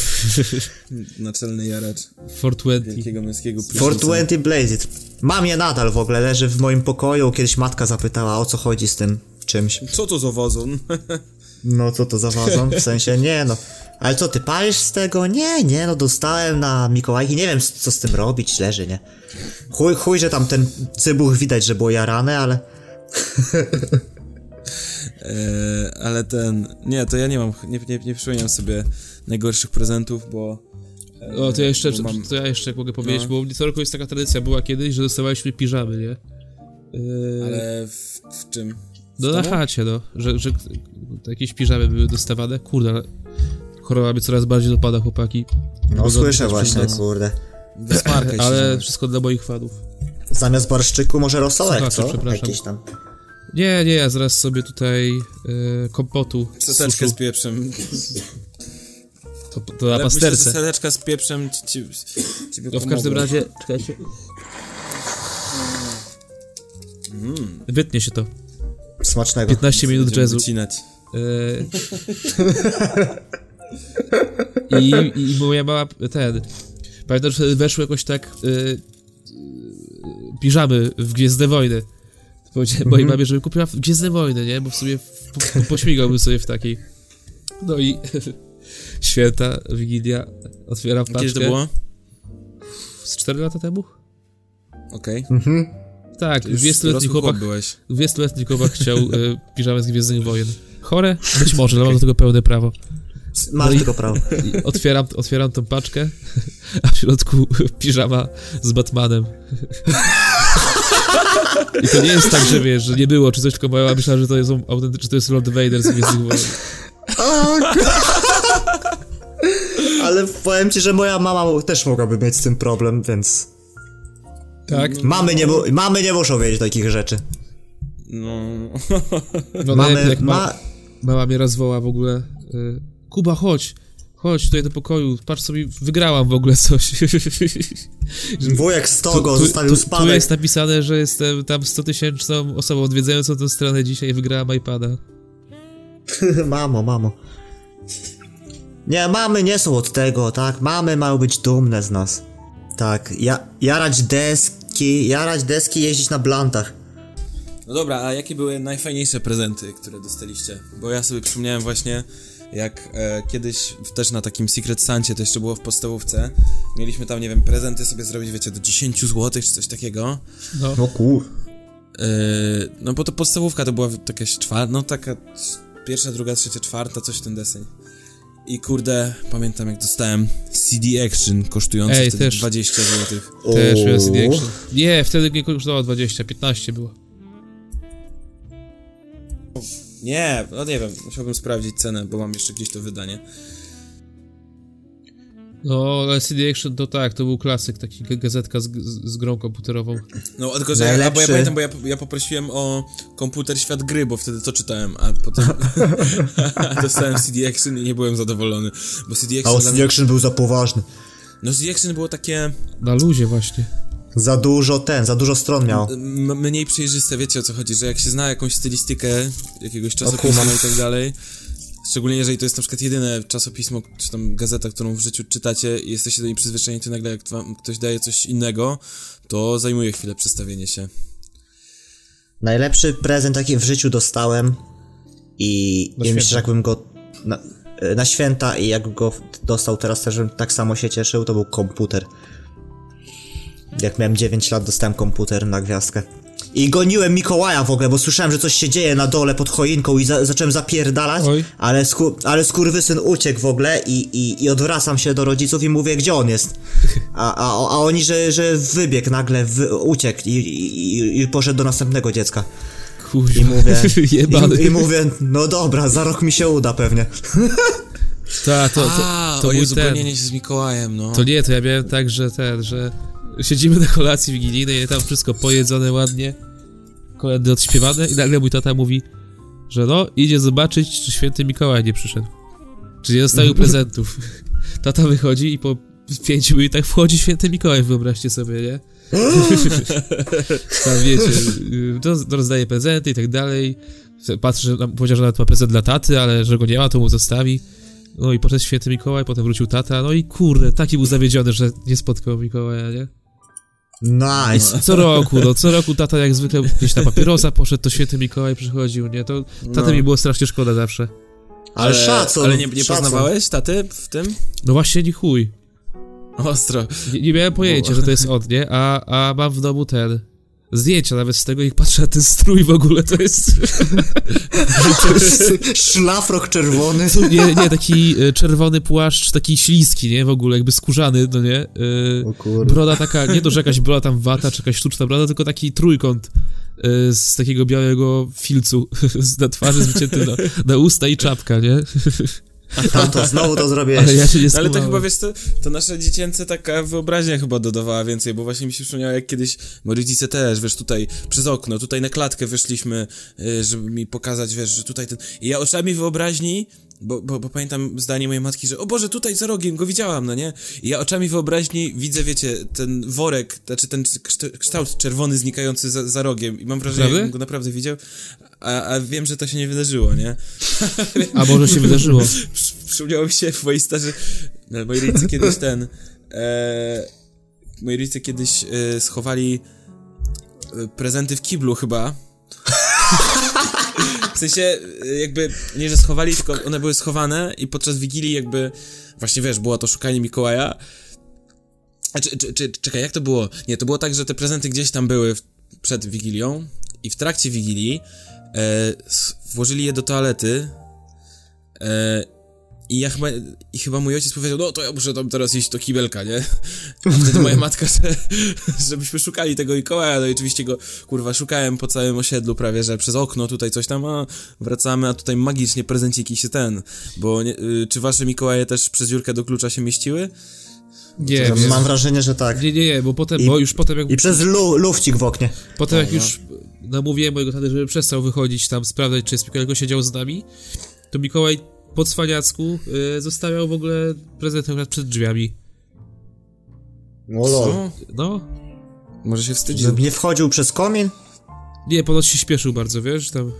S4: Naczelny jaracz
S2: Fortwenty.
S4: wielkiego męskiego prysznica.
S3: For 20 Blazed. Mam je nadal w ogóle, leży w moim pokoju, kiedyś matka zapytała o co chodzi z tym czymś.
S4: Co to za wazon? [LAUGHS]
S3: No co to za wazon? W sensie nie no. Ale co, ty palisz z tego? Nie, nie, no dostałem na Mikołajki, nie wiem s- co z tym robić, leży, nie? Chuj, chuj, że tam ten cybuch widać, że było jarane, ale...
S4: E, ale ten... Nie, to ja nie mam... Nie, nie, nie przypominam sobie najgorszych prezentów, bo... e,
S2: O, to ja jeszcze,
S4: bo mam-
S2: to ja jeszcze mogę powiedzieć,
S4: No.
S2: bo u mnie co roku jest taka tradycja, była kiedyś, że dostawaliśmy piżamy, nie? Yy,
S4: Ale w, w czym?
S2: no na
S4: domu?
S2: chacie, no, że, że k- jakieś piżamy były dostawane. Kurde, ale choroba mnie coraz bardziej dopada, chłopaki.
S3: No
S2: Wygląda
S3: słyszę
S2: też
S3: właśnie,
S2: przyjemnie.
S3: kurde.
S4: Wysmarkaj się.
S2: [LAUGHS] Ale
S4: Ale...
S2: wszystko dla moich fanów.
S3: Zamiast barszczyku może rosołek,
S2: Słuchacze,
S3: co?
S2: przepraszam.
S3: Jakiś tam.
S2: Nie, nie, ja zaraz sobie tutaj yy, kompotu
S4: Seteczkę z
S2: suszu.
S4: pieprzem.
S2: to, to na
S4: Ale myślę, że
S2: pasterce.
S4: Seteczka z pieprzem ci, ci, ci
S2: No w każdym razie, czekajcie. Wytnie się to.
S3: Smacznego.
S2: 15 minut
S4: Mm. Będziemy
S2: jazzu.
S4: wycinać.
S2: Y, [LAUGHS] I, I moja mała, ten, pamiętam, że weszły jakoś tak y, y, piżamy w Gwiezdne Wojny. Powiedziałem mojej
S4: Mhm.
S2: mamie, żeby kupiła w Gwiezdne Wojny, nie? Bo w sumie w- po, po, pośmigałbym sobie w takiej. No i [LAUGHS] święta, Wigilia, otwieram paczkę.
S4: Kiedyś to było?
S2: Z 4 lata temu?
S4: Okej.
S2: Mhm. Tak,
S4: Już
S2: 20-letni
S4: dorosły
S2: chłopak,
S4: byłeś.
S2: 20-letni chłopak chciał y, piżamę z Gwiezdnych Wojen. Chore? Być może, ale mam do tego pełne prawo.
S3: Masz
S2: No i-
S3: tylko
S2: [LAUGHS]
S3: prawo.
S2: I otwieram, otwieram tą paczkę, [LAUGHS] a w środku piżama z Batmanem. I to nie jest tak, że wiesz, że nie było czy coś, tylko moja mama myślała, że to jest autentyczny, to jest Lord Vader z Gwiezdnych Wojen.
S3: Ale powiem ci, że moja mama też mogłaby mieć z tym problem, więc...
S2: Tak?
S3: Mamy nie, mu- mamy nie muszą wiedzieć takich rzeczy.
S4: No. [LAUGHS]
S2: No, no jak,
S3: Mamy...
S2: jak ma,
S3: Ma...
S2: mama mnie raz woła w ogóle, y, Kuba, chodź, chodź tutaj do pokoju, patrz sobie, wygrałam w ogóle
S3: [LAUGHS]
S2: coś.
S3: Wujek z togo zostawił
S2: tu, tu
S3: spadek.
S2: jest napisane, że jestem tam 100 tysięczną osobą odwiedzającą tę stronę dzisiaj i wygrałam iPada.
S3: [LAUGHS] mamo, mamo. Nie, mamy nie są od tego, tak? Mamy mają być dumne z nas. Tak, ja, jarać deski, jarać deski, jeździć na blantach.
S4: No dobra, a jakie były najfajniejsze prezenty, które dostaliście? Bo ja sobie przypomniałem właśnie, jak e, kiedyś w- też na takim Secret Sancie, to jeszcze było w podstawówce, mieliśmy tam, nie wiem, prezenty sobie zrobić, wiecie, do 10 zł czy coś takiego.
S2: No.
S3: No kur...
S4: E, no bo to podstawówka to była jakaś czwarta, no taka c- pierwsza, druga, trzecia, czwarta, coś w ten deseń. I kurde, pamiętam jak dostałem CD Action kosztujący
S2: Ej,
S4: wtedy
S2: też.
S4: 20 złotych.
S2: Też miałem
S3: Uuu.
S2: CD Action. Nie, wtedy nie kosztowało 20, 15 było.
S4: Nie, no nie wiem, musiałbym sprawdzić cenę, bo mam jeszcze gdzieś to wydanie.
S2: No, ale CD Action to tak, to był klasyk, taki g- gazetka z, z, z grą komputerową.
S4: No, tylko że ja,
S3: Najlepszy.
S4: bo ja pamiętam, bo ja, ja poprosiłem o komputer świat gry, bo wtedy to czytałem, a potem [LAUGHS] dostałem CD Action i nie byłem zadowolony, bo CD
S3: A
S4: Action, dla
S3: Austin
S4: mnie,
S3: Action był za poważny.
S4: no CD Action było takie
S2: Na luzie właśnie.
S3: Za dużo ten, za dużo stron miał.
S4: m- mniej przejrzyste, wiecie o co chodzi, że jak się zna jakąś stylistykę jakiegoś czasopisma i tak dalej, szczególnie jeżeli to jest na przykład jedyne czasopismo, czy tam gazeta, którą w życiu czytacie i jesteście do niej przyzwyczajeni, to nagle jak wam ktoś daje coś innego, to zajmuje chwilę przestawienie się.
S3: Najlepszy prezent jaki w życiu dostałem i
S2: Na
S3: ja myślę,
S2: święta.
S3: że jakbym go na, e, na święta i jak go dostał teraz też bym tak samo się cieszył, to był komputer. Jak miałem 9 lat dostałem komputer na gwiazdkę. I goniłem Mikołaja w ogóle, bo słyszałem, że coś się dzieje na dole pod choinką i za, zacząłem zapierdalać,
S2: Oj.
S3: ale, sku, ale skurwysyn uciekł w ogóle i, i, i odwracam się do rodziców i mówię, gdzie on jest. A, a, a oni, że, że wybiegł nagle, wy, uciekł i, i, i- i poszedł do następnego dziecka.
S2: Kurwa,
S3: I mówię,
S2: [LAUGHS] jebany.
S3: i, i mówię, no dobra, za rok mi się uda pewnie.
S2: Ta, to, to,
S4: A,
S2: to
S4: o
S2: mój
S4: Jezu,
S2: ten.
S4: bronienie się z Mikołajem, no.
S2: To nie, to ja miałem tak, że ten, że siedzimy na kolacji wigilijnej, tam wszystko pojedzone ładnie, kolędy odśpiewane i nagle mój tata mówi, że no, idzie zobaczyć, czy święty Mikołaj nie przyszedł. Czy nie dostawił prezentów. [LAUGHS] Tata wychodzi i po pięciu minutach tak wchodzi święty Mikołaj, wyobraźcie sobie, nie? tam wiecie, y, roz- rozdaje prezenty i tak dalej. Patrzy, że tam powiedział, że nawet ma prezent dla taty, ale że go nie ma, to mu zostawi. No i poszedł święty Mikołaj, potem wrócił tata, no i kurde, taki był zawiedziony, że nie spotkał Mikołaja, nie?
S3: Nice.
S2: Co roku, no co roku tata jak zwykle gdzieś na papierosa poszedł, to święty Mikołaj przychodził, nie? To taty mi było strasznie szkoda zawsze.
S3: Ale szacun.
S4: Ale nie, nie
S3: szacun.
S4: poznawałeś taty w tym?
S2: No właśnie, nie chuj.
S4: Ostro.
S2: Nie, nie miałem pojęcia, że to jest on, nie? A, a mam w domu ten... Zdjęcia nawet z tego, jak patrzę na ten strój w ogóle, to jest...
S3: [LAUGHS] Szlafrok czerwony.
S2: Nie, nie, taki e, czerwony płaszcz, taki śliski, nie? W ogóle, jakby skórzany, no nie? E,
S3: O kurde.
S2: broda taka, nie to, że jakaś broda tam wata, czy jakaś sztuczna broda, tylko taki trójkąt y, z takiego białego filcu [LAUGHS] z- na twarzy z wyciętym na, na usta i czapka, nie? [LAUGHS]
S3: No to znowu to zrobiłeś.
S2: Ale ja się nie
S4: No, ale to chyba,
S2: skumałem.
S4: wiesz to, to nasza dziecięce taka wyobraźnia chyba dodawała więcej, bo właśnie mi się przypomniało jak kiedyś, bo rodzice też, wiesz, tutaj przez okno, tutaj na klatkę wyszliśmy, y, żeby mi pokazać, wiesz, że tutaj ten... I ja oczami wyobraźni Bo, bo, bo pamiętam zdanie mojej matki, że o Boże, tutaj za rogiem go widziałam, no nie? I ja oczami wyobraźni widzę, wiecie, ten worek, znaczy ten kszt- kształt czerwony znikający za, za rogiem i mam wrażenie,
S2: Naprawdę?
S4: że go naprawdę widział, a, a wiem, że to się nie wydarzyło, nie?
S2: A może się
S4: [LAUGHS]
S2: wydarzyło?
S4: Przy- Przypomniało mi się w mojej starzy, no, moi rodzice kiedyś ten, e, moi rodzice kiedyś e, schowali e, prezenty w kiblu chyba. W sensie e, jakby, nie że schowali, tylko one były schowane i podczas Wigilii jakby, właśnie wiesz, było to szukanie Mikołaja. A czy, czy, czy, czekaj, jak to było? Nie, to było tak, że te prezenty gdzieś tam były w, przed Wigilią i w trakcie Wigilii e, s- włożyli je do toalety E, I ja chyba, i chyba mój ojciec powiedział, no to ja muszę tam teraz iść do kibelka, nie? A wtedy moja matka, [LAUGHS] że, żebyśmy szukali tego Mikołaja, no i oczywiście go, kurwa, szukałem po całym osiedlu prawie, że przez okno tutaj coś tam, a wracamy, a tutaj magicznie prezenciki się ten, bo nie, y, czy wasze Mikołaje też przez dziurkę do klucza się mieściły?
S2: Nie,
S3: Że
S2: nie,
S3: Mam wrażenie, że tak.
S2: nie, nie, nie bo potem,
S3: I-
S2: bo już potem jak,
S3: I przez lu lufcik w oknie.
S2: potem jak już namówiłem mojego taty, żeby przestał wychodzić tam sprawdzać, czy jest Mikołaj, tylko siedział z nami, to Mikołaj po cwaniacku y, zostawiał w ogóle prezent akurat przed drzwiami.
S3: No lol.
S2: No,
S4: Może się wstydził.
S3: Żeby nie wchodził przez komin?
S2: nie, ponoć się śpieszył bardzo, wiesz, tam...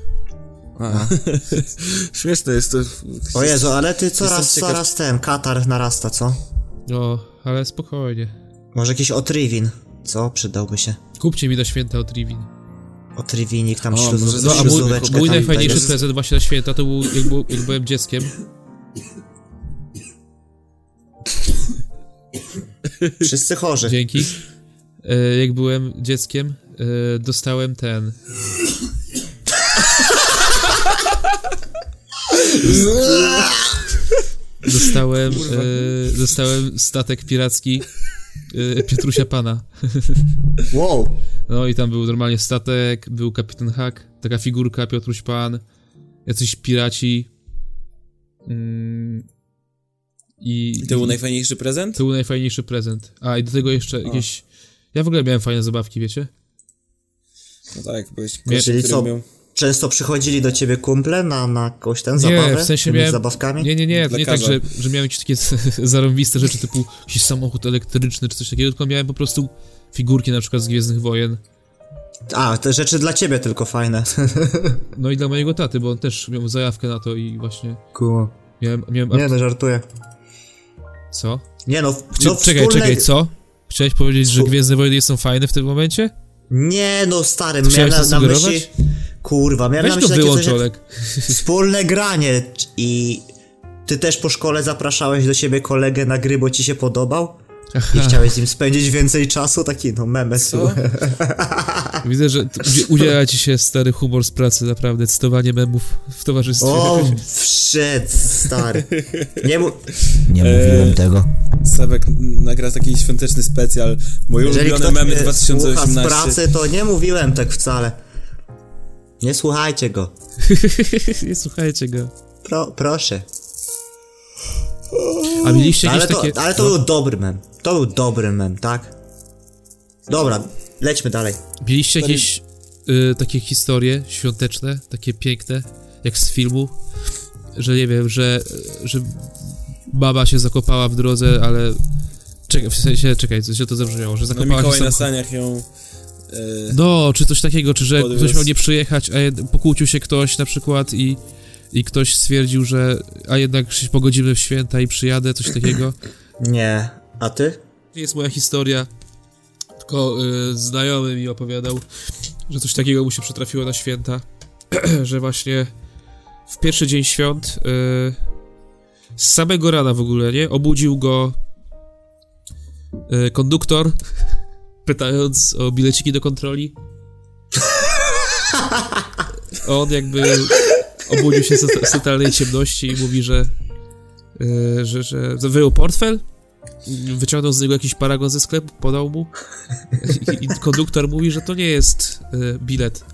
S4: A. [LAUGHS] Śmieszne jest to.
S3: O Jezu, ale ty coraz,
S4: Jestem ciekaw-
S3: coraz ten katar narasta, co?
S2: No, ale spokojnie.
S3: Może jakiś otrywin, co? Przydałby się.
S2: Kupcie mi do święta od Rivin.
S3: Otriwinik tam
S4: O, może
S3: śluzu,
S4: za-
S2: No, a mój,
S3: śluzóweczkę
S2: mój
S3: tam i tak
S2: najfajniejszy
S3: tego.
S2: prezent właśnie na święta to był, jak, był, jak byłem dzieckiem.
S3: Wszyscy chorzy.
S2: Dzięki. E, jak byłem dzieckiem, e, dostałem ten. Dostałem, e, dostałem statek piracki e, Piotrusia Pana.
S3: Wow.
S2: No i tam był normalnie statek, był kapitan Hak, taka figurka Piotruś Pan, jacyś piraci. Mm, I
S4: To był najfajniejszy prezent?
S2: to był najfajniejszy prezent. A i do tego jeszcze jakieś. Ja w ogóle miałem fajne zabawki, wiecie?
S4: No tak, byłeś
S2: Nie.
S4: który
S3: Czyli co?
S4: miał-
S3: Często przychodzili do ciebie kumple na, na jakąś ten
S2: Nie,
S3: zabawę?
S2: w sensie
S3: Tymi
S2: miałem-
S3: zabawkami?
S2: Nie, nie, nie, to
S4: Dla
S2: nie tak, że,
S4: kaza.
S2: że miałem jakieś takie [LAUGHS] zarąbiste rzeczy typu jakiś samochód elektryczny czy coś takiego, tylko miałem po prostu figurki na przykład z Gwiezdnych Wojen.
S3: A, te rzeczy dla ciebie tylko fajne. [LAUGHS]
S2: No i dla mojego taty, bo on też miał zajawkę na to i właśnie
S3: Kuło.
S2: miałem... miałem
S3: Nie, no żartuję.
S2: Co?
S3: Nie no, w-
S2: Czy,
S3: no
S2: czekaj,
S3: wspólne...
S2: czekaj, co? Chciałeś powiedzieć, że
S3: Współ-
S2: Gwiezdne Wojny są fajne w tym momencie?
S3: Nie no, stary, miałem
S2: Chciałeś
S3: na,
S2: to
S3: na myśli...
S2: sugerować?
S3: Kurwa, miałem
S2: Weź
S3: na
S2: to
S3: myśli takie
S2: wyłącz,
S3: coś jak [LAUGHS]
S2: Olek.
S3: wspólne granie i... Ty też po szkole zapraszałeś do siebie kolegę na gry, bo ci się podobał? I
S2: Tak.
S3: chciałeś z nim spędzić więcej czasu? Taki no memes.
S4: Co?
S2: Widzę, że tu udzi- udziela ci się stary humor z pracy, naprawdę, cytowanie memów w towarzystwie.
S3: O, wszedł, stary. Nie, mu... nie mówiłem tego.
S4: Sebek nagra taki świąteczny specjal. Mój
S3: Jeżeli
S4: ulubiony
S3: ktoś
S4: memy
S3: mnie słucha z
S4: 2018.
S3: pracy, to nie mówiłem tak wcale. Nie słuchajcie go.
S2: Nie [LAUGHS] słuchajcie go.
S3: Pro, proszę.
S2: A mieliście
S3: No Ale
S2: jakieś
S3: to,
S2: takie... no.
S3: ale to był dobry mem. To był dobry mem, tak? Dobra, lećmy dalej.
S2: Mieliście jakieś y, takie historie świąteczne, takie piękne, jak z filmu, że nie wiem, że, że baba się zakopała w drodze, ale czekaj, w sensie, czekaj, co się to zabrzmiało, że
S4: No
S2: zakopała
S4: Mikołaj
S2: się
S4: na
S2: sam...
S4: saniach ją... e,
S2: No, czy coś takiego, czy że
S4: Podwiózł.
S2: ktoś miał nie przyjechać, a jed... pokłócił się ktoś na przykład i, i ktoś stwierdził, że a jednak się pogodzimy w święta i przyjadę, coś takiego.
S3: Nie. A ty?
S2: To jest moja historia. Tylko y, znajomy mi opowiadał, że coś takiego mu się przytrafiło na święta. [CLEARS THROAT] że właśnie w pierwszy dzień świąt y, z samego rana w ogóle, nie? Obudził go y, konduktor, [LAUGHS] pytając o bileciki do kontroli. [LAUGHS] On jakby obudził się z, z totalnej ciemności i mówi, że, y, że, że wyjął portfel wyciągnął z niego jakiś paragon ze sklepu, podał mu i, i konduktor mówi, że to nie jest y, bilet.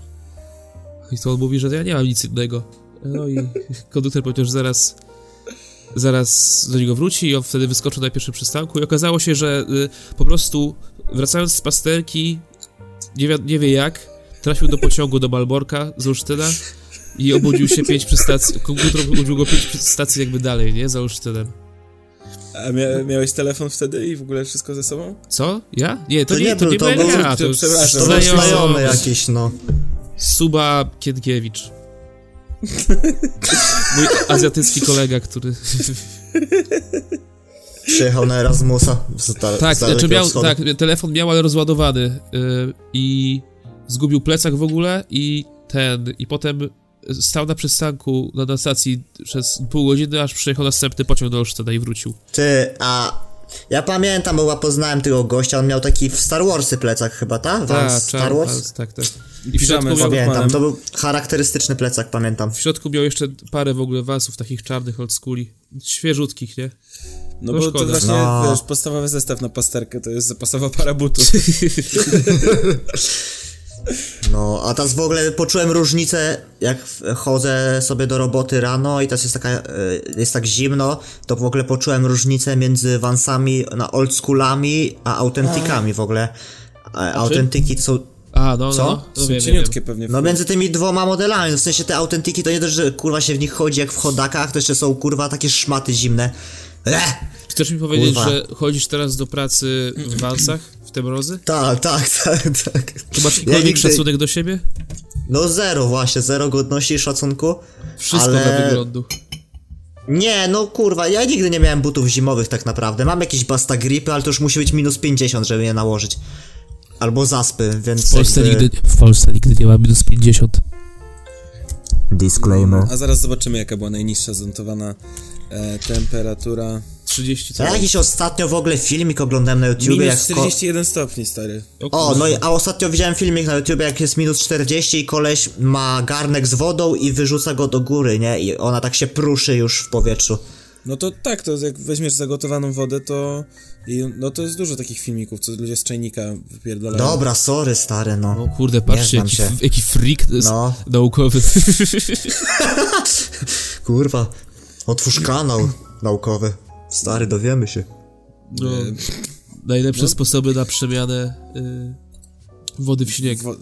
S2: I to on mówi, że ja nie mam nic innego. No i konduktor powiedział, że zaraz zaraz do niego wróci i on wtedy wyskoczył na pierwszym przystanku i okazało się, że y, po prostu wracając z pasterki, nie wie, nie wie jak, trafił do pociągu do Malborka z Olsztyna i obudził się pięć przy stacji, komputer obudził go pięć przy stacji jakby dalej, nie? Za Olsztynem.
S4: A mia- miałeś telefon wtedy i w ogóle wszystko ze sobą?
S2: Co? Ja? Nie, to,
S3: To
S2: nie,
S3: nie
S2: to
S3: był,
S2: nie
S3: to
S2: byłem
S3: był-
S2: ja, to
S4: przepraszam.
S3: To był
S2: znajomy-
S3: znajomy jakiś, no.
S2: Suba
S3: [LAUGHS]
S2: Kietkiewicz. Mój azjatycki kolega,
S3: [LAUGHS]
S2: który...
S3: Przyjechał na Erasmusa. Z dal-
S2: Tak,
S3: z dalekiego
S2: znaczy miał,
S3: wschodu.
S2: tak, telefon miał, ale rozładowany yy, i zgubił plecak w ogóle i ten, i potem stał na przystanku na, na stacji przez pół godziny, aż przyjechał następny pociąg do Olsztyna i wrócił.
S3: Ty, a... Ja pamiętam, bo poznałem tego gościa, on miał taki w Star Warsy plecak chyba, ta?
S2: Tak,
S3: Vans Star Wars?
S2: tak, tak. I w
S4: Piżamy
S2: środku, miał,
S4: sobie.
S3: Pamiętam,
S4: Panem.
S3: to był charakterystyczny plecak, pamiętam.
S2: w środku miał jeszcze parę w ogóle wansów takich czarnych od skuli. Świeżutkich, nie?
S4: No
S2: No
S4: bo to
S2: szkoda.
S4: właśnie
S3: No.
S4: wiesz, podstawowy zestaw na pasterkę, to jest zapasowa para butów.
S3: No, a teraz w ogóle poczułem różnicę, jak w- chodzę sobie do roboty rano i teraz jest taka, y, jest tak zimno, to w ogóle poczułem różnicę między Vansami, na oldschoolami, a autentykami w ogóle. A, autentyki to są,
S2: A, no,
S3: Co?
S2: no, no.
S4: Są
S2: wiem, wiem,
S4: cieniutkie
S2: wiem.
S4: pewnie.
S3: no między tymi dwoma modelami, no, w sensie te autentyki to nie dość, że kurwa się w nich chodzi jak w chodakach, to jeszcze są kurwa takie szmaty zimne. E, Leh!
S2: Chcesz mi powiedzieć,
S3: Kurwa.
S2: że chodzisz teraz do pracy w wansach w te mrozy?
S3: Tak, tak, [LAUGHS] tak, tak.
S2: Czy masz
S3: Ja
S2: jakikolwiek
S3: nigdy,
S2: szacunek do siebie?
S3: no zero właśnie, zero godności i szacunku.
S2: Wszystko
S3: ale...
S2: dla wyglądu.
S3: Nie, no kurwa, ja nigdy nie miałem butów zimowych tak naprawdę. Mam jakieś basta gripy, ale to już musi być minus 50, żeby je nałożyć. Albo zaspy, więc. jakby...
S2: w Polsce nigdy nie ma minus 50.
S3: Disclaimer.
S4: A zaraz zobaczymy, jaka była najniższa zanotowana e, temperatura.
S2: 30 co?
S3: Ja jakiś ostatnio w ogóle filmik oglądałem na YouTubie, jak.
S4: Minus
S3: ko-
S4: 41 stopni, stary.
S3: O, no i a ostatnio widziałem filmik na YouTubie, jak jest minus 40 i koleś ma garnek z wodą i wyrzuca go do góry, nie? I ona tak się pruszy już w powietrzu.
S4: No to tak, to jak weźmiesz zagotowaną wodę, to... I, no to jest dużo takich filmików, co ludzie z czajnika wypierdolają.
S3: Dobra, sorry, stary, no.
S2: O kurde, patrzcie,
S3: znam
S2: jaki,
S3: się.
S2: f- jaki freak to jest
S3: No. [LAUGHS]
S2: naukowy.
S3: Kurwa. Otwórz kanał naukowy. Stary, dowiemy się.
S2: No,
S3: No.
S2: najlepsze sposoby na przemianę y, wody w śnieg.
S4: Wo-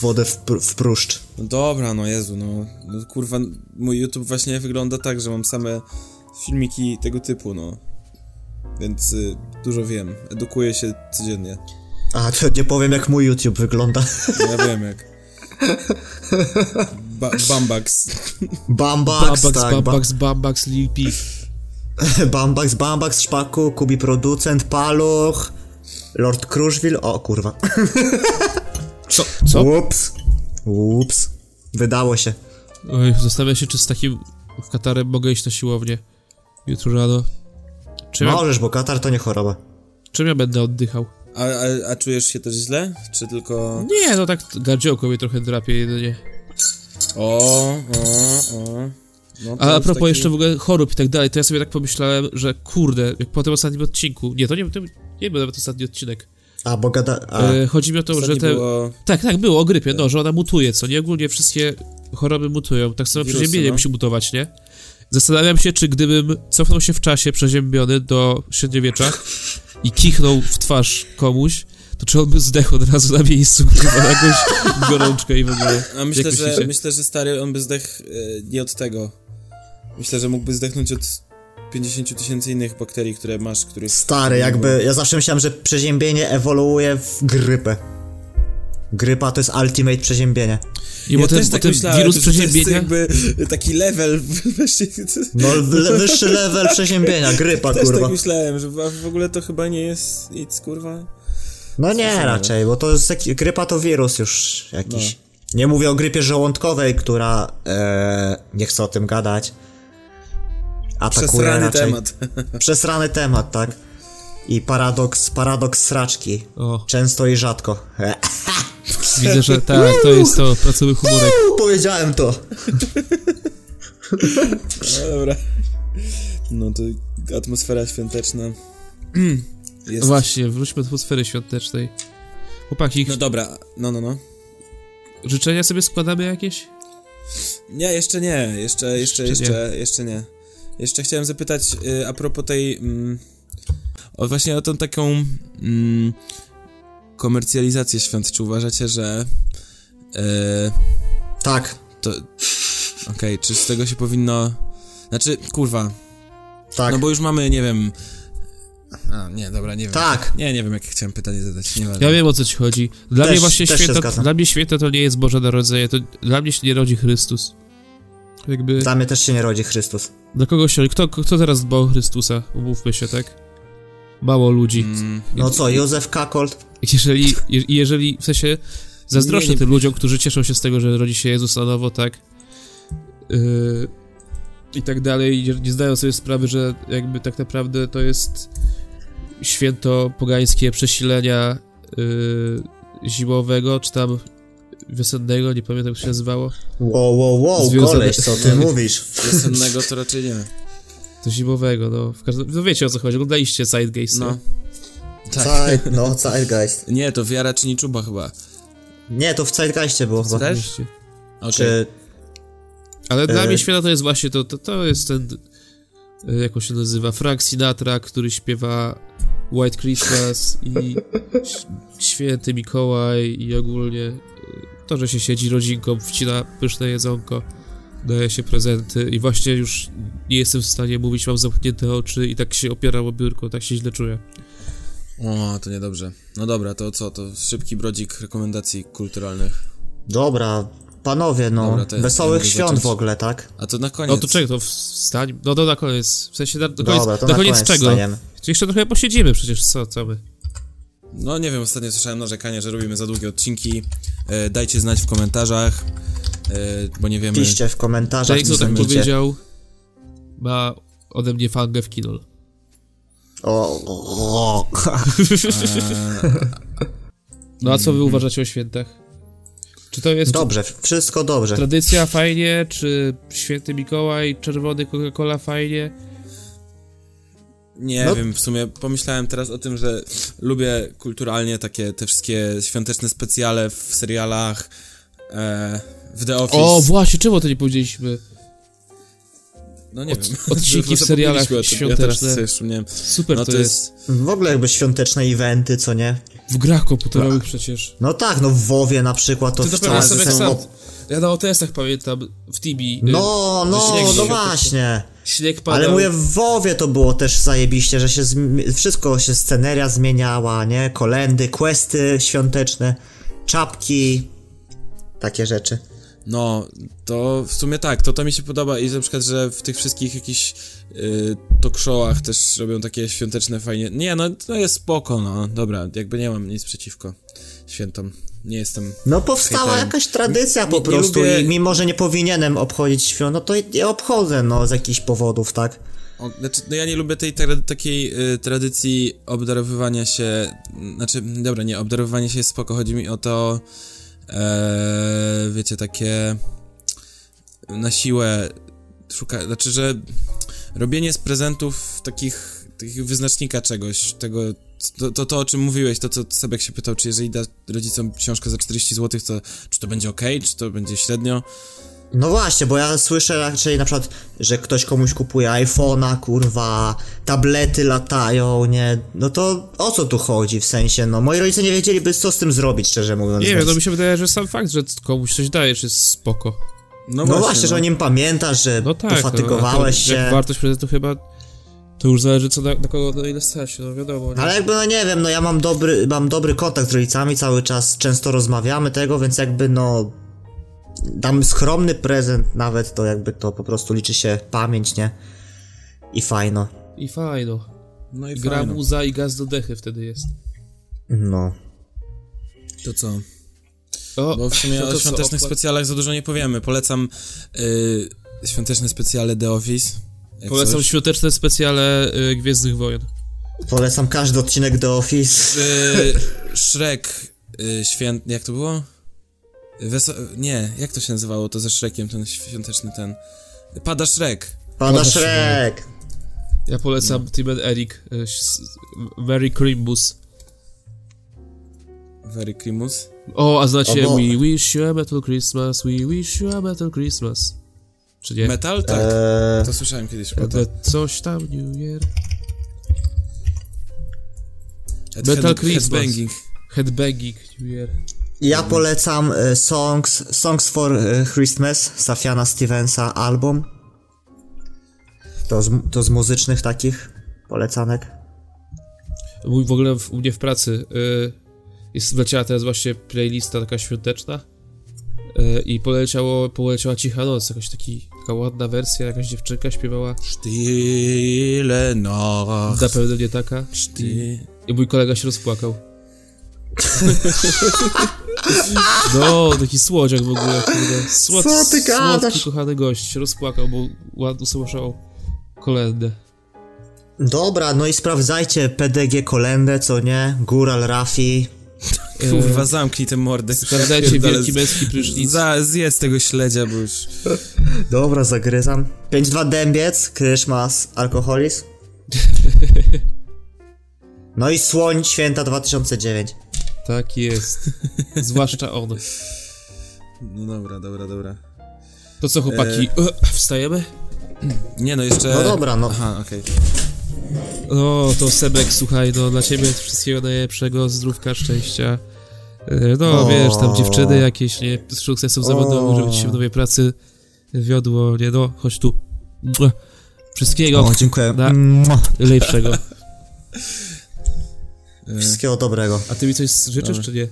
S3: Wodę w, pr- w pruszcz.
S4: No dobra, no Jezu, no. no. Kurwa, mój YouTube właśnie wygląda tak, że mam same filmiki tego typu, no. Więc y, dużo wiem. Edukuję się codziennie. No
S3: A, to nie powiem jak mój YouTube wygląda. [LAUGHS]
S4: Ja wiem jak. Ba- Bambax.
S3: Bambax,
S2: Bambax,
S3: tak. ba-
S2: Bambax, Bambax, Lil Peep.
S3: [LAUGHS] Bambax, Bambax, Szpaku, Kubi Producent, Paluch, Lord Kruszwil, o kurwa. [LAUGHS]
S2: Co? Co?
S3: Ups. Ups. Wydało się.
S2: Oj, zastanawiam się, czy z takim katarem mogę iść na siłownię jutro rano. Czym, ja,
S3: Możesz, bo katar to nie choroba.
S2: czym ja będę oddychał?
S4: A, a, a czujesz się też źle? Czy tylko...
S2: Nie, no tak gardziołko mnie trochę drapie jedynie.
S4: O, o, o. No, to
S2: A, a
S4: już
S2: propos
S4: taki-
S2: jeszcze w ogóle chorób i tak dalej, to ja sobie tak pomyślałem, że kurde, jak po tym ostatnim odcinku, nie, to nie, to nie był nawet ostatni odcinek.
S3: A, bo gada... A,
S2: E, chodzi mi o to,
S4: Ostatnio
S2: że te...
S4: było...
S2: Tak, tak, było o grypie, no, że ona mutuje, co nie? Ogólnie wszystkie choroby mutują, tak samo
S4: Wirusy,
S2: przeziębienie
S4: no.
S2: musi mutować, nie? Zastanawiam się, czy gdybym cofnął się w czasie przeziębiony do
S4: [LAUGHS]
S2: średniowiecza i kichnął w twarz komuś, to czy on by zdechł od razu na miejscu, [LAUGHS] kurwa, na jakąś gorączkę i w ogóle.
S4: A myślę,
S2: Jak
S4: że,
S2: myślicie?
S4: myślę, że stary on by zdechł e, nie od tego. Myślę, że mógłby zdechnąć od 50 000 tysięcy innych bakterii, które masz, których...
S3: stary, jakby... Ja zawsze myślałem, że przeziębienie ewoluuje w grypę. Grypa to jest ultimate przeziębienie.
S2: I bo ten, bo ten wirus
S4: tak że to jest
S2: przeziębienia...
S4: jakby taki level [LAUGHS] właśnie...
S3: No, le, wyższy level
S2: [LAUGHS]
S3: przeziębienia, grypa,
S4: Też
S3: kurwa.
S4: tak myślałem, że w w ogóle to chyba nie jest nic, kurwa.
S3: No nie raczej, bo to jest jaki, grypa to wirus już jakiś.
S4: No.
S3: Nie mówię o grypie żołądkowej, która e, nie chce o tym gadać. Atakuje
S4: Przesrany
S3: raczej.
S4: temat. [LAUGHS]
S3: Przesrany temat, tak. I paradoks, paradoks sraczki.
S2: O,
S3: Często i rzadko. E,
S4: [LAUGHS]
S2: widzę, że tak, to jest to, pracowy humorek.
S3: powiedziałem to.
S4: No dobra. No to atmosfera
S2: [CLEARS THROAT]
S4: świąteczna. Jest.
S2: Właśnie, wróćmy do atmosfery świątecznej. Chłopaki,
S4: No dobra, no, no, no.
S2: życzenia sobie składamy jakieś?
S4: Nie, jeszcze nie, jeszcze, jeszcze,
S2: Jeszcze nie.
S4: jeszcze, jeszcze nie. Jeszcze chciałem zapytać y, a propos tej. Mm, o właśnie o tą taką mm, komercjalizację świąt. Czy uważacie, że. y,
S3: Tak,
S4: To... Okej, czy z tego się powinno... Znaczy, kurwa,
S3: Tak,
S4: no bo już mamy, nie wiem... A, nie, dobra, nie wiem.
S3: tak.
S4: Nie, nie wiem, jakie chciałem pytanie zadać, nieważne.
S2: Ja wiem o co ci chodzi. Dla
S3: Też-
S2: mnie właśnie
S3: też się
S2: święto,
S3: zgadzam.
S2: dla mnie święto to nie jest Boże Narodzenie, to dla mnie się nie rodzi Chrystus. Jakby
S3: Dla mnie też się nie rodzi Chrystus.
S2: dla kogo się, kto, kto teraz dba o Chrystusa? Umówmy się, tak? Mało ludzi.
S4: Mm,
S3: No co, Józef Kakold?
S2: Jeżeli, je, jeżeli w sensie zazdroszczę
S4: Nie, nie.
S2: tym ludziom, którzy cieszą się z tego, że rodzi się Jezus na nowo, tak? Yy, I tak dalej, nie, nie zdają sobie sprawy, że jakby tak naprawdę to jest święto pogańskie przesilenia yy, zimowego, czy tam wiosennego, nie pamiętam jak się nazywało.
S3: Wow, wow, wow,
S2: Związane-
S3: koleś, co
S4: [LAUGHS]
S3: ty mówisz?
S4: Wiosennego to raczej nie.
S2: To zimowego, no. W każdym, no wiecie o co chodzi, oglądaliście Sidegaze,
S4: No. Tak.
S2: no.
S3: Zeit, no, Zeitgeist.
S4: Nie, to wiara czyni czuba chyba.
S3: Nie, to w Zeitgeistie było chyba.
S4: Też?
S2: Oczywiście.
S4: Okej.
S3: Czy...
S2: Ale dla
S3: E.
S2: mnie święta to jest właśnie to, to, to jest ten, e, jak on się nazywa, Frank Sinatra, który śpiewa White Christmas i ś- Święty Mikołaj i ogólnie e, to, że się siedzi rodzinką, wcina pyszne jedzonko, daje się prezenty i właśnie już nie jestem w stanie mówić, mam zamknięte oczy i tak się opieram o biurko, tak się źle czuję.
S4: O, to niedobrze. No dobra, to co? To szybki brodzik rekomendacji kulturalnych.
S3: Dobra, panowie, no,
S4: Dobra, to ja- ja
S3: wesołych
S4: mogę
S3: świąt
S4: zacząć.
S3: w ogóle, tak?
S4: A to na koniec.
S2: No to czego, to wstań? No to na koniec, w sensie na, na koniec,
S3: Dobra, to
S2: na
S3: na
S2: koniec,
S3: koniec
S2: czego?
S3: wstajemy.
S2: Jeszcze trochę posiedzimy przecież, co, co my?
S4: No nie wiem, ostatnio słyszałem narzekania, że robimy za długie odcinki. E, dajcie znać w komentarzach, e, bo nie wiemy.
S3: Piszcie w komentarzach,
S2: Jake,
S3: co
S2: co tak
S3: sądzicie.
S2: powiedział, ma ode mnie fangę w kinol.
S3: O, o, [LAUGHS] o.
S2: No a co wy uważacie o świętach? Czy to jest
S3: Dobrze, wszystko dobrze.
S2: tradycja fajnie, czy święty Mikołaj, czerwony Coca-Cola fajnie?
S4: Nie
S3: No.
S4: wiem, w sumie pomyślałem teraz o tym, że lubię kulturalnie takie te wszystkie świąteczne specjale w serialach, e, w The Office.
S2: O właśnie, czemu to nie powiedzieliśmy?
S4: no nie wiem. [LAUGHS]
S2: odcinki
S4: Może
S2: w serialach
S4: powinniśmy o tym. Ja teraz
S2: świąteczne.
S4: sobie przypomniałem.
S2: Super
S4: No
S2: to, jest.
S3: W ogóle jakby świąteczne eventy, co nie?
S2: W grach komputerowych przecież.
S3: No tak, no w WoWie na przykład to
S2: Ty to pewnie
S3: wcale
S2: sobie
S3: są-
S2: sam. Ja na OTS-ach pamiętam, w Tibi. y,
S3: No, no,
S2: śnieg
S3: no
S2: się-
S3: właśnie.
S2: Śnieg padał.
S3: Ale mówię, w WoWie to było też zajebiście, że się zmi- wszystko się sceneria zmieniała, nie? Kolendy, questy świąteczne, czapki, takie rzeczy.
S4: No, to w sumie tak, to to mi się podoba i na przykład, że w tych wszystkich jakichś y, talk showach też robią takie świąteczne fajnie. Nie, no to jest spoko, no dobra, jakby nie mam nic przeciwko świętom. Nie jestem.
S3: No powstała
S4: Hejterem.
S3: jakaś tradycja po
S4: nie
S3: prostu
S4: lubię-
S3: i mimo, że nie powinienem obchodzić świąt, no to je obchodzę, no, z jakichś powodów, tak?
S4: O, znaczy, no ja nie lubię tej tra- takiej y, tradycji obdarowywania się. Znaczy, dobra, nie, obdarowywanie się jest spoko, chodzi mi o to. E, wiecie, takie. Na siłę szuka. Znaczy, że robienie z prezentów takich, takich wyznacznika czegoś, tego. To, to, to, o czym mówiłeś, to co Sebek się pytał, czy jeżeli da rodzicom książkę za 40 zł, to czy to będzie ok, czy to będzie średnio?
S3: No właśnie, bo ja słyszę raczej na przykład, że ktoś komuś kupuje iPhone'a, kurwa, tablety latają, nie? No to o co tu chodzi w sensie? No moi rodzice nie wiedzieliby co z tym zrobić, szczerze mówiąc.
S2: Nie wiem,
S3: więc-
S2: no mi się wydaje, że sam fakt, że komuś coś dajesz jest spoko.
S3: No właśnie, że o nim pamiętasz, że
S2: No tak. no, a to,
S3: pofatygowałeś
S2: Jak
S3: się.
S2: wartość prezentu chyba. To już zależy co na, na kogo, na ile stać, no wiadomo. Nie?
S3: Ale jakby, no nie wiem, no ja mam dobry, mam dobry kontakt z rodzicami cały czas, często rozmawiamy tego, więc jakby no... Dam skromny prezent nawet, to jakby to po prostu liczy się pamięć, nie? I fajno.
S2: I fajno.
S4: No i
S2: Gra
S4: fajno.
S2: muza i gaz do dechy wtedy jest.
S3: No.
S4: To co?
S2: O,
S4: Bo w sumie
S2: [LAUGHS] No to
S4: o
S2: co,
S4: świątecznych
S2: opła-
S4: specjalach za dużo nie powiemy. Polecam y, świąteczne specjale The Office. jak
S2: Polecam
S4: coś.
S2: świąteczne specjale y, Gwiezdnych Wojen.
S3: Polecam każdy odcinek do Office.
S4: Y, Shrek y, święt... Jak to było? Weso- nie, jak to się nazywało to ze Shrekiem, ten świąteczny ten... Pada Shrek.
S3: Pada Shrek!
S2: Ja polecam
S4: No.
S2: Tim and Eric, y, s- Merry Crimbus.
S4: Very Crimus.
S2: O, a znacie
S3: O Boże.
S2: We wish you a metal Christmas, we wish you a metal Christmas. Czy nie?
S4: Metal? Tak.
S2: E,
S3: Eee,
S4: To słyszałem kiedyś. Bo to...
S2: The coś tam, New Year.
S4: Head-
S2: Metal
S4: head-
S2: Christmas.
S4: Headbanging.
S2: Headbanging New Year.
S3: Ja polecam e, Songs, Songs for e, Christmas Safiana Stevensa album. To z, to z muzycznych takich polecanek.
S2: Mój w ogóle w, u mnie w pracy y, jest, wleciała teraz właśnie playlista taka świąteczna y, i poleciało, poleciała Cicha Noc, jakaś taki, taka ładna wersja, jakaś dziewczynka śpiewała,
S4: Stille Nacht.
S2: na pewno nie taka i,
S4: Ty-
S2: i mój kolega się rozpłakał. No, taki słodziak w ogóle, kurde. Słod,
S3: Co ty
S2: Słodki,
S3: gadasz?
S2: kochany gość się rozpłakał, bo ładnie usłyszał kolędę.
S3: Dobra, no i sprawdzajcie PDG Kolendę, co nie? Góral Rafi.
S4: Kurwa, zamknij tę mordę.
S2: Sprawdzajcie
S4: Pierdolę,
S2: wielki
S4: z-
S2: męski prysznic.
S4: Za, zjedz tego śledzia, bo już...
S3: Dobra, zagryzam. 5-2 Dębiec, Kryszmas,
S2: [LAUGHS]
S3: Alkoholizm. No i Słoń Święta 2009.
S2: Tak jest. Zwłaszcza on.
S4: No dobra, dobra, dobra.
S2: To co chłopaki, e, wstajemy?
S4: Nie no, jeszcze...
S2: E,
S3: No dobra, no.
S4: Aha, okej.
S2: No to Sebek, słuchaj, no dla ciebie wszystkiego najlepszego, zdrówka, szczęścia. E, No
S3: O.
S2: wiesz, tam dziewczyny jakieś, nie, z sukcesów zawodowych, żeby ci się w nowej pracy wiodło, nie no, chodź tu. Mua. Wszystkiego
S3: O, dziękuję.
S2: Da.
S3: Mua.
S2: najlepszego. E.
S3: Wszystkiego dobrego.
S2: A ty mi coś życzysz, czy nie?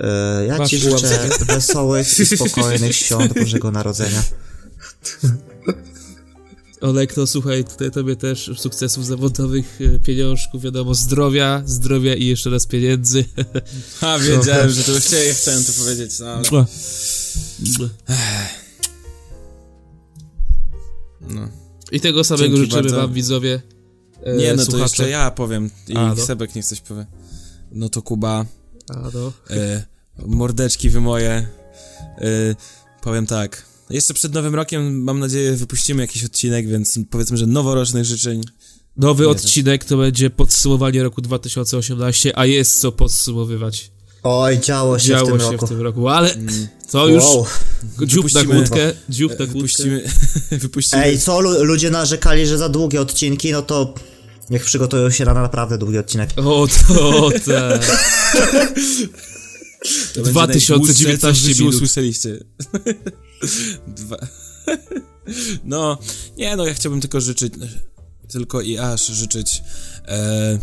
S3: E, ja
S2: Masz
S3: ci życzę
S2: [LAUGHS]
S3: wesołych i spokojnych świąt Bożego Narodzenia.
S2: Olek, no słuchaj, tutaj tobie też sukcesów zawodowych, e, pieniążków, wiadomo, zdrowia, zdrowia i jeszcze raz pieniędzy.
S4: A, wiedziałem, że to już chciałem, chciałem to powiedzieć, no ale...
S2: Mua. Mua.
S4: No.
S2: I tego samego
S4: Dzięki
S2: życzymy
S4: bardzo.
S2: wam, widzowie. e,
S4: Nie no, to
S2: słuchacze.
S4: jeszcze ja powiem i
S2: A, no.
S4: Sebek niech coś powie. No to Kuba,
S2: A, no.
S4: e, mordeczki wy moje. E, powiem tak. Jeszcze przed Nowym Rokiem, mam nadzieję, wypuścimy jakiś odcinek, więc powiedzmy, że noworocznych życzeń.
S2: Nowy odcinek to będzie podsumowanie roku 2018, a jest co podsumowywać.
S3: Oj, działo się w
S2: Działo
S3: tym
S2: się
S3: roku.
S2: w tym roku, ale to już
S3: Wow.
S2: dziób na
S4: Mm. Wypuścimy- E,
S2: kłódkę, dziób na kłódkę.
S4: Wypuścimy, wypuścimy
S3: Ej, co lu- ludzie narzekali, że za długie odcinki, no to niech przygotują się na naprawdę długi odcinek.
S2: O, to, o, tak.
S4: To będzie
S2: 2019
S4: najdłuższe, co w życiu
S2: minut.
S4: usłyszeliście. [LAUGHS] Dwa. [LAUGHS] No, nie no, ja chciałbym tylko życzyć, tylko i aż życzyć e,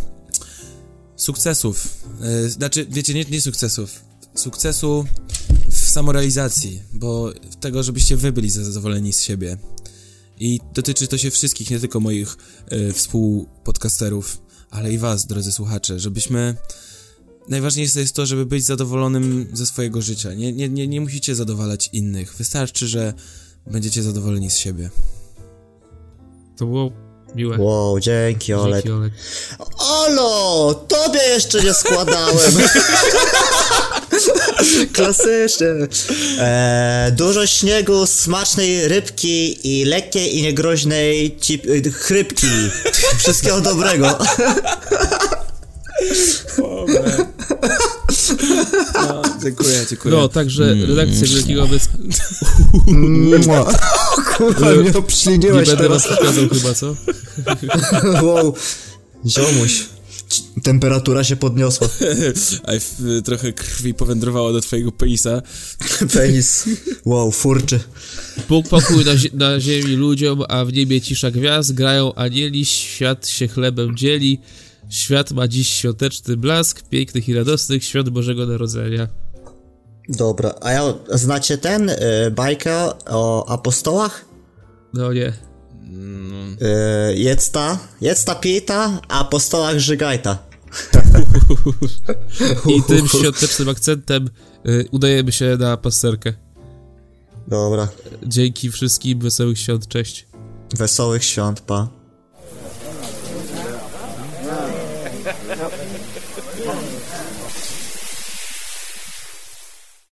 S4: sukcesów. E, znaczy, wiecie, nie, nie sukcesów. Sukcesu w samorealizacji, bo tego, żebyście wy byli zadowoleni z siebie. I dotyczy to się wszystkich, nie tylko moich e, współpodcasterów, ale i was, drodzy słuchacze, żebyśmy najważniejsze jest to, żeby być zadowolonym ze swojego życia. Nie, nie, nie, nie musicie zadowalać innych. Wystarczy, że będziecie zadowoleni z siebie.
S2: To było miłe.
S3: Wow, dzięki Olek.
S2: Dzięki, Olek.
S3: Olo, tobie jeszcze nie składałem. [LAUGHS] Klasycznie. E, dużo śniegu, smacznej rybki i lekkiej i niegroźnej cip- y, chrypki. Wszystkiego dobrego.
S4: No, dziękuję, dziękuję.
S2: No, także
S4: Mm.
S2: redakcja Wielkiego Bez...
S3: [LAUGHS] Kurwa, mnie
S2: Nie
S3: obśliniłeś
S2: będę was pokazał chyba, co?
S3: Wow. Ziomuś. c- Temperatura się [LAUGHS] podniosła.
S4: [LAUGHS] A f- trochę krwi powędrowało do twojego penisa.
S3: Penis. Wow, furczy.
S2: Bóg pokój na, zie- na ziemi ludziom, a w niebie cisza gwiazd, grają anieli, świat się chlebem dzieli, świat ma dziś świąteczny blask, pięknych i radosnych, świąt Bożego Narodzenia.
S3: Dobra, a ja, znacie ten, y, bajkę o apostołach?
S2: No nie.
S3: Y, jedz ta, jedz ta pita, a apostołach żygajta.
S2: I tym świątecznym akcentem y, udajemy się na pasterkę.
S3: Dobra,
S2: Dzięki wszystkim, wesołych świąt, cześć.
S3: wesołych świąt, pa.